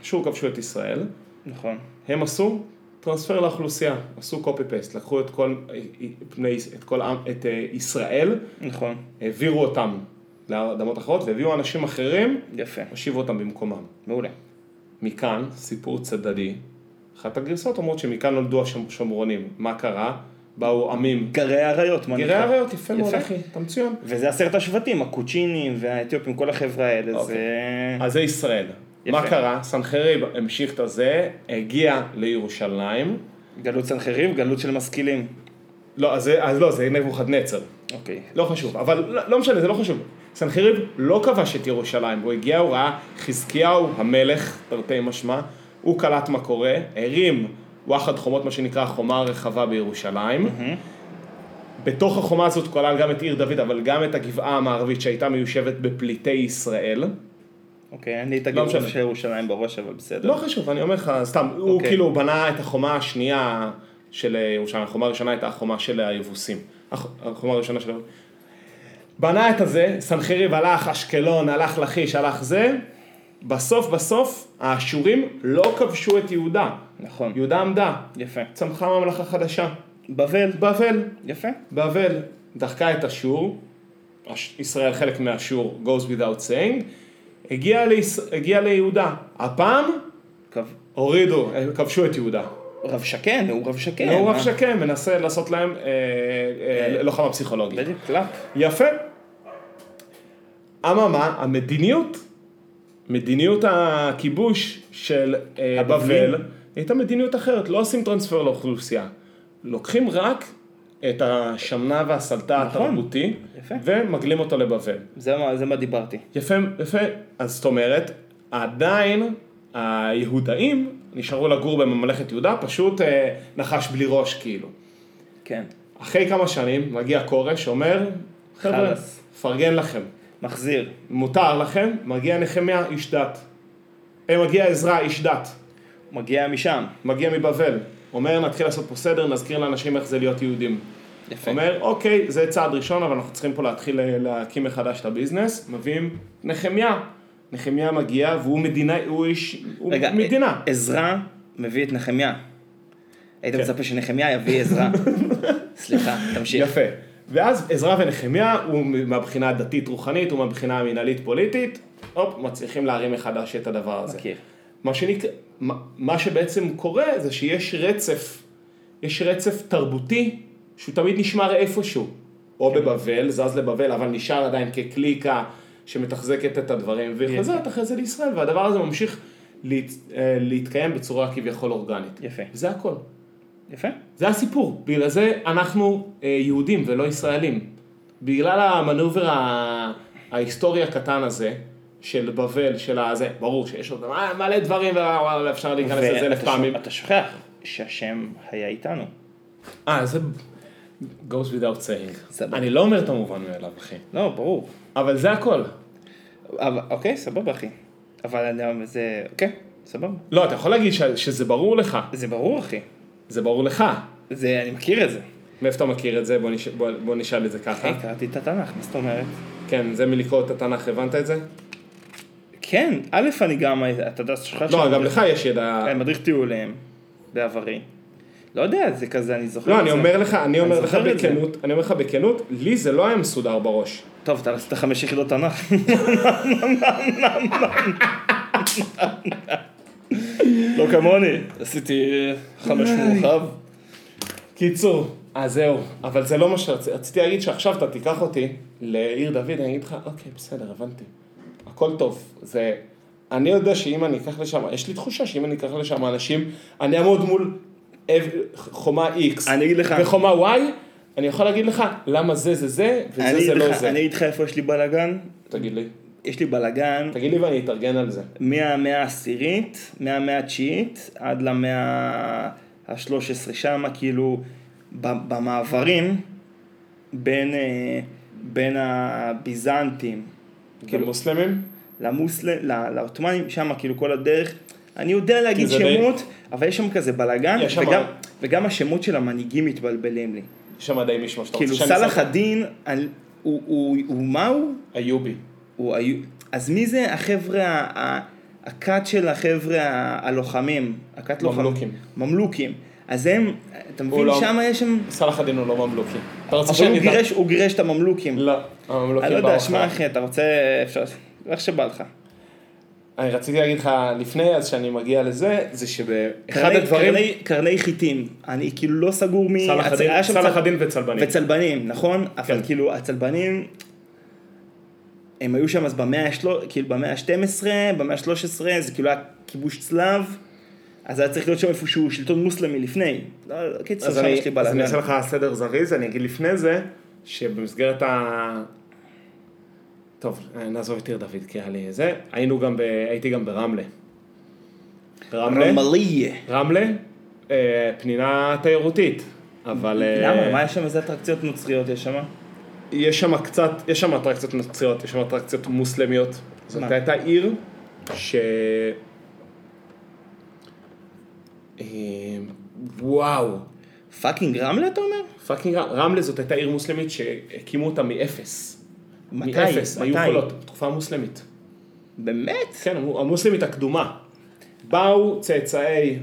[SPEAKER 2] אשור כבשו את ישראל,
[SPEAKER 1] נכון.
[SPEAKER 2] הם עשו טרנספר לאוכלוסייה, עשו קופי פייסט, לקחו את כל, פני, את כל עם, את אה, ישראל,
[SPEAKER 1] נכון,
[SPEAKER 2] העבירו אותם לאדמות אחרות והביאו אנשים אחרים,
[SPEAKER 1] יפה,
[SPEAKER 2] הושיבו אותם במקומם.
[SPEAKER 1] מעולה.
[SPEAKER 2] מכאן, סיפור צדדי, אחת הגרסאות אומרות שמכאן נולדו השומרונים. מה קרה? באו עמים.
[SPEAKER 1] גרי אריות, מה
[SPEAKER 2] גרי
[SPEAKER 1] נקרא?
[SPEAKER 2] אריות, יפה מאוד,
[SPEAKER 1] יפה.
[SPEAKER 2] אחי, אתה מצוין.
[SPEAKER 1] וזה עשרת השבטים, הקוצ'ינים והאתיופים, כל החבר'ה האלה,
[SPEAKER 2] אוקיי.
[SPEAKER 1] זה...
[SPEAKER 2] אז זה ישראל.
[SPEAKER 1] יפה.
[SPEAKER 2] מה קרה? סנחריב המשיך את הזה, הגיע לירושלים.
[SPEAKER 1] גלות סנחריב, גלות של משכילים.
[SPEAKER 2] לא, אז, זה- אז לא, זה נבוכדנצר.
[SPEAKER 1] אוקיי.
[SPEAKER 2] לא חשוב, אבל לא, לא משנה, זה לא חשוב. סנחריב לא כבש את ירושלים, הוא הגיע, הוא ראה חזקיהו המלך, תרתי משמע, הוא קלט מה קורה, הרים וואחד חומות, מה שנקרא החומה הרחבה בירושלים. בתוך החומה הזאת כלל גם את עיר דוד, אבל גם את הגבעה המערבית שהייתה מיושבת בפליטי ישראל.
[SPEAKER 1] אוקיי, אני את
[SPEAKER 2] לא
[SPEAKER 1] הגלות
[SPEAKER 2] משנה.
[SPEAKER 1] של ירושלים בראש, אבל בסדר.
[SPEAKER 2] לא חשוב, אני אומר לך, סתם, הוא
[SPEAKER 1] אוקיי.
[SPEAKER 2] כאילו בנה את החומה השנייה של אה, ירושלים, החומה הראשונה הייתה החומה של היבוסים. הח- החומה הראשונה של... בנה את הזה, סנחריב הלך, אשקלון, הלך לכיש, הלך זה. בסוף בסוף, האשורים לא כבשו את יהודה.
[SPEAKER 1] נכון.
[SPEAKER 2] יהודה עמדה,
[SPEAKER 1] יפה.
[SPEAKER 2] צמחה ממלכה חדשה.
[SPEAKER 1] בבל,
[SPEAKER 2] בבל,
[SPEAKER 1] יפה.
[SPEAKER 2] בבל דחקה את אשור, אש- ישראל חלק מאשור, goes without saying, הגיעה ליש- הגיעה ליהודה. הפעם
[SPEAKER 1] קו-
[SPEAKER 2] הורידו, הם כבשו את יהודה.
[SPEAKER 1] רב שקן, הוא רב שקן. אה?
[SPEAKER 2] נאור לא, רב
[SPEAKER 1] כן, מה?
[SPEAKER 2] שקם מנסה לעשות להם אה, אה, לוחמה פסיכולוגית.
[SPEAKER 1] בדיוק, קלאפ.
[SPEAKER 2] יפה. אממה, המדיניות, מדיניות הכיבוש של אה,
[SPEAKER 1] הבבלים.
[SPEAKER 2] בבל, הייתה מדיניות אחרת, לא עושים טרנספר לאוכלוסייה. לוקחים רק את השמנה והסלטה
[SPEAKER 1] נכון.
[SPEAKER 2] התרבותי,
[SPEAKER 1] יפה.
[SPEAKER 2] ומגלים אותו לבבל.
[SPEAKER 1] זה מה- זה מה דיברתי.
[SPEAKER 2] יפה, יפה. אז זאת אומרת, עדיין היהודאים נשארו לגור בממלכת יהודה, פשוט אה, נחש בלי ראש כאילו.
[SPEAKER 1] כן.
[SPEAKER 2] אחרי כמה שנים מגיע כורש, אומר, חבר'ה,
[SPEAKER 1] חלאס.
[SPEAKER 2] פרגן לכם,
[SPEAKER 1] מחזיר.
[SPEAKER 2] מותר לכם, מגיע נחמיה, איש דת. אה, מגיע עזרא, איש דת.
[SPEAKER 1] מגיע משם.
[SPEAKER 2] מגיע מבבל. אומר, נתחיל לעשות פה סדר, נזכיר לאנשים איך זה להיות יהודים.
[SPEAKER 1] יפה.
[SPEAKER 2] אומר, אוקיי, זה צעד ראשון, אבל אנחנו צריכים פה להתחיל אה, להקים מחדש את הביזנס, מביאים נחמיה. נחמיה מגיע, והוא מדינה, הוא איש, הוא
[SPEAKER 1] רגע, אה,
[SPEAKER 2] מדינה.
[SPEAKER 1] ע- עזרא מביא את נחמיה. היית
[SPEAKER 2] כן.
[SPEAKER 1] מצפה שנחמיה יביא עזרא. סליחה, תמשיך.
[SPEAKER 2] יפה. ואז עזרא ונחמיה, הוא מהבחינה הדתית רוחנית, הוא מהבחינה המנהלית פוליטית, הופ, מצליחים להרים מחדש את הדבר הזה.
[SPEAKER 1] מכיר.
[SPEAKER 2] מה, שנקרא, מה, מה שבעצם קורה זה שיש רצף, יש רצף תרבותי שהוא תמיד נשמר איפשהו. או בבבל, זז לבבל, אבל נשאר עדיין כקליקה שמתחזקת את הדברים, והיא חוזרת אחרי זה לישראל, והדבר הזה ממשיך להת, אה, להתקיים בצורה כביכול אורגנית.
[SPEAKER 1] יפה.
[SPEAKER 2] זה הכל.
[SPEAKER 1] יפה.
[SPEAKER 2] זה הסיפור. בגלל זה אנחנו אה, יהודים ולא ישראלים. בגלל המנובר ה- ההיסטורי הקטן הזה, של בבל, של הזה, ברור שיש עוד מלא- מלא דברים, ווואלה, אפשר להיכנס לזה אלף
[SPEAKER 1] ואתה
[SPEAKER 2] פעמים.
[SPEAKER 1] ש- אתה שוכח שהשם היה איתנו.
[SPEAKER 2] אה, זה goes without saying.
[SPEAKER 1] סבבה.
[SPEAKER 2] אני לא אומר את המובן מאליו, אחי.
[SPEAKER 1] לא, ברור.
[SPEAKER 2] אבל זה הכל.
[SPEAKER 1] אבל- אוקיי, סבבה אחי. אבל אני- זה... אוקיי, סבבה.
[SPEAKER 2] לא, אתה יכול להגיד ש- שזה ברור לך.
[SPEAKER 1] זה ברור אחי.
[SPEAKER 2] זה ברור לך.
[SPEAKER 1] זה, אני מכיר
[SPEAKER 2] אה.
[SPEAKER 1] את זה.
[SPEAKER 2] מאיפה אתה מכיר את זה? בוא נש- בוא- בוא נשאל את זה ככה.
[SPEAKER 1] היי, קראתי את התנ"ך, מה זאת אומרת?
[SPEAKER 2] כן, זה מלקרוא את התנ"ך, הבנת את זה?
[SPEAKER 1] כן, א', אני גם, אתה יודע, שוכח
[SPEAKER 2] לא,
[SPEAKER 1] שאני
[SPEAKER 2] גם לך יש ידע.
[SPEAKER 1] אני אה, מדריך טיולים בעברי. לא יודע, זה כזה, אני זוכר
[SPEAKER 2] לא,
[SPEAKER 1] את
[SPEAKER 2] אני
[SPEAKER 1] זה.
[SPEAKER 2] אומר לך, אני אומר לך
[SPEAKER 1] זוכר את זה.
[SPEAKER 2] בכנות, אני אומר לך בכנות, לי זה לא היה מסודר בראש.
[SPEAKER 1] טוב, אתה עשית חמש יחידות תנ"ך. לא כמוני, עשיתי חמש מורחב.
[SPEAKER 2] קיצור, אז זהו, אבל זה לא מה שרציתי, רציתי להגיד שעכשיו אתה תיקח אותי לעיר דוד, אני אגיד לך, אוקיי, בסדר, הבנתי. הכל טוב, זה... אני יודע שאם אני אקח לשם, יש לי תחושה שאם אני אקח לשם אנשים, אני אעמוד מול אב- חומה X
[SPEAKER 1] אני אגיד לך-
[SPEAKER 2] וחומה Y, אני יכול להגיד לך למה זה זה זה, וזה
[SPEAKER 1] אני
[SPEAKER 2] זה
[SPEAKER 1] אגיד
[SPEAKER 2] לא
[SPEAKER 1] לך-
[SPEAKER 2] זה.
[SPEAKER 1] אני אגיד לך איפה יש לי בלאגן,
[SPEAKER 2] תגיד לי.
[SPEAKER 1] יש לי בלאגן
[SPEAKER 2] תגיד לי ואני אתארגן על זה.
[SPEAKER 1] מהמאה העשירית, מהמאה התשיעית, עד למאה השלוש עשרה שמה, כאילו, ב- במעברים בין, אה, בין הביזנטים
[SPEAKER 2] כאילו מוסלמים?
[SPEAKER 1] למוסלם, לא- לעות'מאנים, שם כאילו כל הדרך. אני יודע להגיד
[SPEAKER 2] זה די-
[SPEAKER 1] שמות, אבל יש שם כזה בלאגן,
[SPEAKER 2] יש שם-
[SPEAKER 1] וגם, וגם השמות של המנהיגים מתבלבלים לי.
[SPEAKER 2] יש שם די מישהו שאתה
[SPEAKER 1] כאילו,
[SPEAKER 2] רוצה שאני
[SPEAKER 1] סאלח
[SPEAKER 2] אספר.
[SPEAKER 1] א-דין, על- הוא- הוא הוא- מה הוא?
[SPEAKER 2] איובי.
[SPEAKER 1] הוא היו... אז מי זה החבר'ה, ה- ה- הכת של החבר'ה ה- הלוחמים? הכת לוחמים.
[SPEAKER 2] ממלוכים.
[SPEAKER 1] ממלוכים. אז הם, אתה מבין,
[SPEAKER 2] לא-
[SPEAKER 1] שם יש שם...
[SPEAKER 2] סאלח א-דין הוא לא ממלוכי. אתה רוצה
[SPEAKER 1] אבל הוא
[SPEAKER 2] שאני...
[SPEAKER 1] גירש, הוא גירש את הממלוכים.
[SPEAKER 2] לא, הממלוכים
[SPEAKER 1] אני לא
[SPEAKER 2] באו
[SPEAKER 1] יודע, שמע
[SPEAKER 2] אחריי.
[SPEAKER 1] אחי, אתה רוצה... אפשר... איך שבא לך.
[SPEAKER 2] אני רציתי להגיד לך לפני, אז שאני מגיע לזה, זה שבאחד
[SPEAKER 1] קרני-
[SPEAKER 2] הדברים...
[SPEAKER 1] קרני- קרני חיטים. אני כאילו לא סגור מי...
[SPEAKER 2] סאלח
[SPEAKER 1] הצ- היה
[SPEAKER 2] א-דין-
[SPEAKER 1] שם
[SPEAKER 2] סאלח
[SPEAKER 1] צ-
[SPEAKER 2] א-דין וצלבנים.
[SPEAKER 1] וצלבנים, נכון? אבל
[SPEAKER 2] כן.
[SPEAKER 1] כאילו, הצלבנים... הם היו שם אז במאה השל... כאילו במאה ה-12, במאה ה-13, זה כאילו היה כיבוש צלב, אז היה צריך להיות שם איפשהו שלטון מוסלמי לפני. לא, לא, קיצור,
[SPEAKER 2] אז
[SPEAKER 1] שם
[SPEAKER 2] אני
[SPEAKER 1] יש לי
[SPEAKER 2] אז אני
[SPEAKER 1] בלאגן.
[SPEAKER 2] אעשה לך סדר זריז, אני אגיד לפני זה, שבמסגרת ה... טוב, נעזוב את עיר דוד, כי היה לי זה. היינו גם ב... הייתי גם ברמלה. רמלה?
[SPEAKER 1] רמליה.
[SPEAKER 2] רמלה? אה, פנינה תיירותית. אבל... אה,
[SPEAKER 1] למה? מה יש שם? איזה אטרקציות נוצריות יש שם?
[SPEAKER 2] יש שם קצת, יש שם אטרקציות נוצריות, יש שם אטרקציות מוסלמיות. זאת
[SPEAKER 1] מה?
[SPEAKER 2] הייתה עיר ש... אה, וואו,
[SPEAKER 1] פאקינג רמלה אתה אומר?
[SPEAKER 2] פאקינג רם- רמלה זאת הייתה עיר מוסלמית שהקימו אותה מאפס.
[SPEAKER 1] מתי?
[SPEAKER 2] מאפס, היו
[SPEAKER 1] מתי?
[SPEAKER 2] קולות, תקופה מוסלמית.
[SPEAKER 1] באמת?
[SPEAKER 2] כן, המו- המוסלמית הקדומה. באו צאצאי,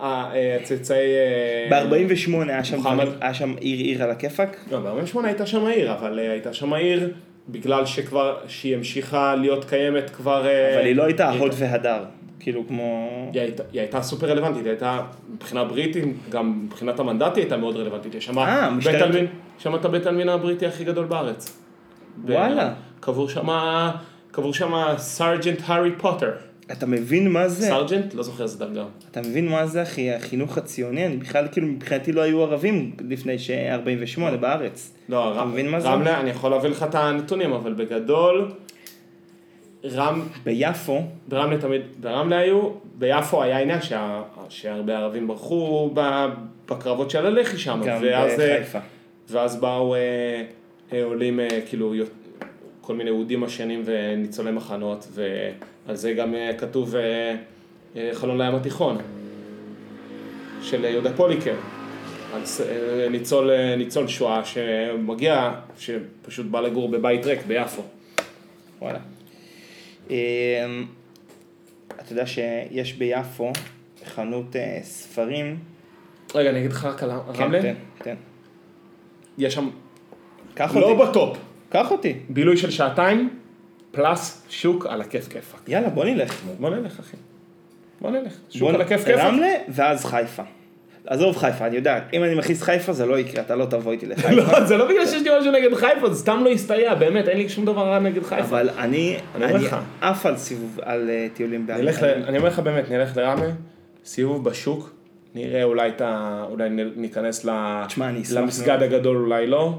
[SPEAKER 2] אה, אה, צאצאי... אה,
[SPEAKER 1] ב-48 היה שם
[SPEAKER 2] מוחמד.
[SPEAKER 1] היה שם עיר עיר על הכיפאק?
[SPEAKER 2] לא, ב-48 הייתה שם עיר, אבל אה, הייתה שם עיר בגלל שכבר, שהיא המשיכה להיות קיימת כבר... אה,
[SPEAKER 1] אבל היא לא הייתה הוד והדר. כאילו כמו...
[SPEAKER 2] היא הייתה, היא הייתה סופר רלוונטית, היא הייתה מבחינה בריטית, גם מבחינת המנדט היא הייתה מאוד רלוונטית. יש
[SPEAKER 1] אה,
[SPEAKER 2] שם בית
[SPEAKER 1] משטרת-
[SPEAKER 2] עלמין, שם את הבית העלמין הבריטי הכי גדול בארץ. ב-
[SPEAKER 1] וואלה.
[SPEAKER 2] קבור שם, קבור שם סרג'נט הארי פוטר.
[SPEAKER 1] אתה מבין מה זה?
[SPEAKER 2] סרג'נט? לא זוכר איזה דרגה.
[SPEAKER 1] אתה מבין מה זה אחי, החינוך הציוני, אני בכלל כאילו מבחינתי לא היו ערבים לפני ש-48 בארץ.
[SPEAKER 2] לא,
[SPEAKER 1] אתה
[SPEAKER 2] רם-
[SPEAKER 1] מבין מה זה?
[SPEAKER 2] רמלה, אני יכול להביא לך את הנתונים, אבל בגדול, רם,
[SPEAKER 1] ביפו,
[SPEAKER 2] ברמלה תמיד, ברמלה היו, ביפו היה עניין שה, שהרבה ערבים ברחו ב- בקרבות של הלח"י שם,
[SPEAKER 1] גם
[SPEAKER 2] ואז... אה,
[SPEAKER 1] בחיפה.
[SPEAKER 2] ואז באו אה, אה, עולים אה, כאילו יו- כל מיני יהודים עשנים וניצולי מחנות, ועל זה גם אה, כתוב אה, אה, חלון לים התיכון של אה, יהודה פוליקר, על ס- אה, ניצול, אה, ניצול שואה שמגיע, שפשוט בא לגור בבית ריק ביפו.
[SPEAKER 1] וואלה. אמ, אתה יודע שיש ביפו חנות אה, ספרים.
[SPEAKER 2] רגע, אני אגיד לך רק על
[SPEAKER 1] כן,
[SPEAKER 2] רמלה,
[SPEAKER 1] תן, תן.
[SPEAKER 2] יש שם,
[SPEAKER 1] קח
[SPEAKER 2] לא
[SPEAKER 1] אותי,
[SPEAKER 2] בטופ,
[SPEAKER 1] קח אותי.
[SPEAKER 2] בילוי של שעתיים, פלאס שוק על הכיף כיפאק.
[SPEAKER 1] יאללה בוא נלך.
[SPEAKER 2] בוא נלך אחי. בוא נלך, שוק
[SPEAKER 1] בוא
[SPEAKER 2] על
[SPEAKER 1] נ-
[SPEAKER 2] הכיף כיפאק.
[SPEAKER 1] רמלה ואז חיפה. עזוב חיפה, אני יודע, אם אני מכניס חיפה זה לא יקרה, אתה לא תבוא איתי לחיפה.
[SPEAKER 2] לא, זה לא בגלל שיש לי משהו נגד חיפה, זה סתם לא הסתייע, באמת, אין לי שום דבר רע נגד חיפה.
[SPEAKER 1] אבל אני,
[SPEAKER 2] אני אומר
[SPEAKER 1] אני
[SPEAKER 2] לך.
[SPEAKER 1] עף על סיבוב, על אה, טיולים בעמק.
[SPEAKER 2] נלך ל- אני אומר לך באמת, נלך לרמה, סיבוב בשוק, נראה אולי את ה... אולי נ- ניכנס ל-
[SPEAKER 1] תשמע, אני אשמח
[SPEAKER 2] למסגד
[SPEAKER 1] מאוד.
[SPEAKER 2] הגדול, אולי לא.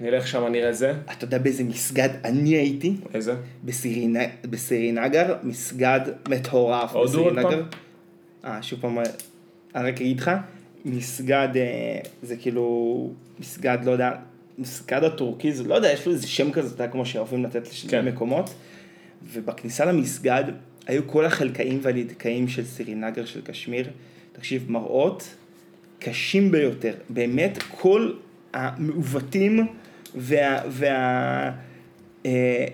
[SPEAKER 2] נלך שם, נראה זה.
[SPEAKER 1] אתה יודע באיזה מסגד אני הייתי?
[SPEAKER 2] איזה?
[SPEAKER 1] בסירינה- בסירינגר, מסגד מטורף.
[SPEAKER 2] הודו עוד
[SPEAKER 1] בסירינגר.
[SPEAKER 2] פעם?
[SPEAKER 1] אה, שוב פעם, אה, אני רק אגיד לך, מסגד אה, זה כאילו, מסגד, לא יודע, מסגד הטורקי, זה לא יודע, יש לו איזה שם כזה, אתה יודע, כמו שאוהבים לתת
[SPEAKER 2] כן.
[SPEAKER 1] למקומות. ובכניסה למסגד היו כל החלקאים והנדכאים של סירינגר של קשמיר. תקשיב, מראות קשים ביותר. באמת, כל המעוותים וה... וה אה,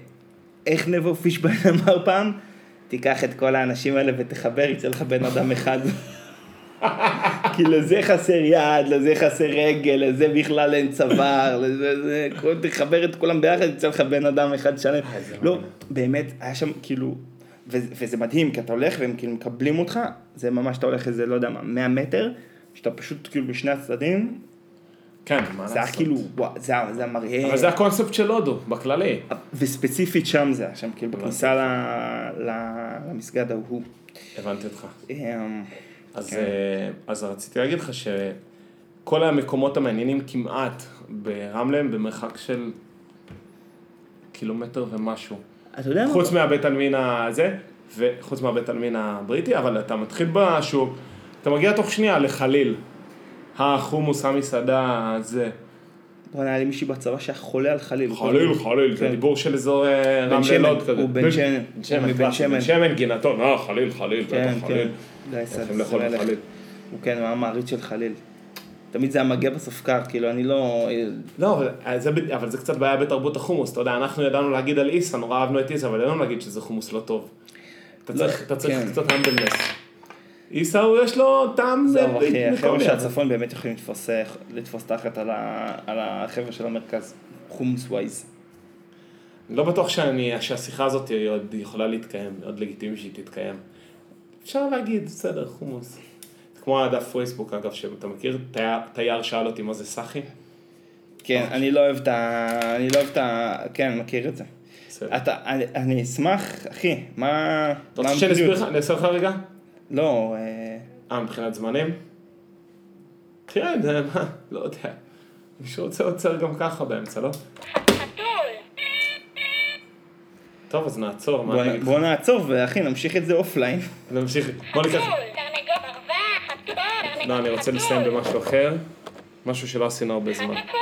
[SPEAKER 1] איך נבור פישביין אמר פעם? תיקח את כל האנשים האלה ותחבר, יצא לך בן אדם אחד. כי לזה חסר יד, לזה חסר רגל, לזה בכלל אין צוואר, לזה, זה, כל, תחבר את כולם ביחד, יצא לך בן אדם אחד שלם.
[SPEAKER 2] אה, זה
[SPEAKER 1] לא,
[SPEAKER 2] מדהים.
[SPEAKER 1] באמת, היה שם כאילו, וזה, וזה מדהים, כי אתה הולך והם כאילו מקבלים אותך, זה ממש, אתה הולך איזה, לא יודע מה, 100 מטר, שאתה פשוט כאילו בשני הצדדים,
[SPEAKER 2] כן, מה
[SPEAKER 1] זה היה
[SPEAKER 2] לעשות.
[SPEAKER 1] כאילו, וואו, זה היה זה היה מראה.
[SPEAKER 2] אבל זה הקונספט של הודו, בכללי.
[SPEAKER 1] וספציפית שם זה היה שם, כאילו בכניסה ל- ל- למסגד ההוא.
[SPEAKER 2] הבנתי אותך.
[SPEAKER 1] אמ,
[SPEAKER 2] אז, אה, אז רציתי להגיד לך שכל המקומות המעניינים כמעט ברמלה הם במרחק של קילומטר ומשהו.
[SPEAKER 1] אתה יודע מה?
[SPEAKER 2] חוץ מהבית עלמין הזה, וחוץ מהבית עלמין הבריטי, אבל אתה מתחיל בשוק, אתה מגיע תוך שנייה לחליל. החומוס, המסעדה, זה.
[SPEAKER 1] בוא נראה לי מישהי בצבא שהיה חולה על חליל.
[SPEAKER 2] חליל, חליל, זה
[SPEAKER 1] כן.
[SPEAKER 2] דיבור של אזור אה,
[SPEAKER 1] בן
[SPEAKER 2] רמלה
[SPEAKER 1] שמן,
[SPEAKER 2] לוד כזה.
[SPEAKER 1] הוא בן שמן. הוא מבן
[SPEAKER 2] בן שמן, בן שמן, גינתון, אה, חליל, חליל,
[SPEAKER 1] כן,
[SPEAKER 2] בטח
[SPEAKER 1] כן.
[SPEAKER 2] חליל.
[SPEAKER 1] גיא
[SPEAKER 2] הולכים
[SPEAKER 1] סדס,
[SPEAKER 2] לאכול
[SPEAKER 1] מלך.
[SPEAKER 2] בחליל.
[SPEAKER 1] הוא כן, הוא היה מעריץ של חליל. תמיד זה המגע בסופקר, כאילו, אני לא...
[SPEAKER 2] לא, אבל אה, זה, ב- אבל זה קצת בעיה בתרבות החומוס, אתה יודע, אנחנו ידענו להגיד על איסה, נורא אהבנו את איסה, אבל ידענו להגיד שזה חומוס לא טוב. אתה
[SPEAKER 1] לא,
[SPEAKER 2] צריך, אתה צריך
[SPEAKER 1] כן.
[SPEAKER 2] קצת המבלנס. איסה, הוא יש לו טעם אה,
[SPEAKER 1] זהו, אחי,
[SPEAKER 2] מקומי,
[SPEAKER 1] החבר'ה
[SPEAKER 2] אבל-
[SPEAKER 1] של הצפון באמת יכולים לתפוס, אה, לתפוס תחת על ה- על החבר'ה של המרכז, חומוס ווייז.
[SPEAKER 2] אני לא בטוח שאני, שהשיחה הזאת היא עוד יכולה להתקיים, עוד לגיטימי שהיא תתקיים. אפשר להגיד, בסדר, חומוס. זה כמו הדף פייסבוק, אגב, שאתה מכיר, תייר- תייר שאל אותי מה זה סאחי?
[SPEAKER 1] כן,
[SPEAKER 2] אוקיי.
[SPEAKER 1] אני לא אוהב את ה... אני לא אוהב את ה... כן, אני מכיר את זה.
[SPEAKER 2] בסדר.
[SPEAKER 1] אתה, אני, אני אשמח, אחי, מה...
[SPEAKER 2] אתה
[SPEAKER 1] מה
[SPEAKER 2] רוצה שאני אסביר
[SPEAKER 1] המדיניות?
[SPEAKER 2] לך, אני אעשה לך רגע?
[SPEAKER 1] לא, אה,
[SPEAKER 2] אה, מבחינת זמנים? תראה, זה מה, לא יודע. מי שרוצה עוצר גם ככה באמצע, לא? טוב, אז נעצור, מה
[SPEAKER 1] בוא,
[SPEAKER 2] אני
[SPEAKER 1] נ-
[SPEAKER 2] אגיד לך?
[SPEAKER 1] בוא נעצור, ואחי, נמשיך את זה אופליין.
[SPEAKER 2] נמשיך, בוא ניקח...
[SPEAKER 4] תרנגול מרווח,
[SPEAKER 2] לא, אני רוצה לסיים במשהו אחר, משהו שלא עשינו הרבה זמן.
[SPEAKER 4] חתול.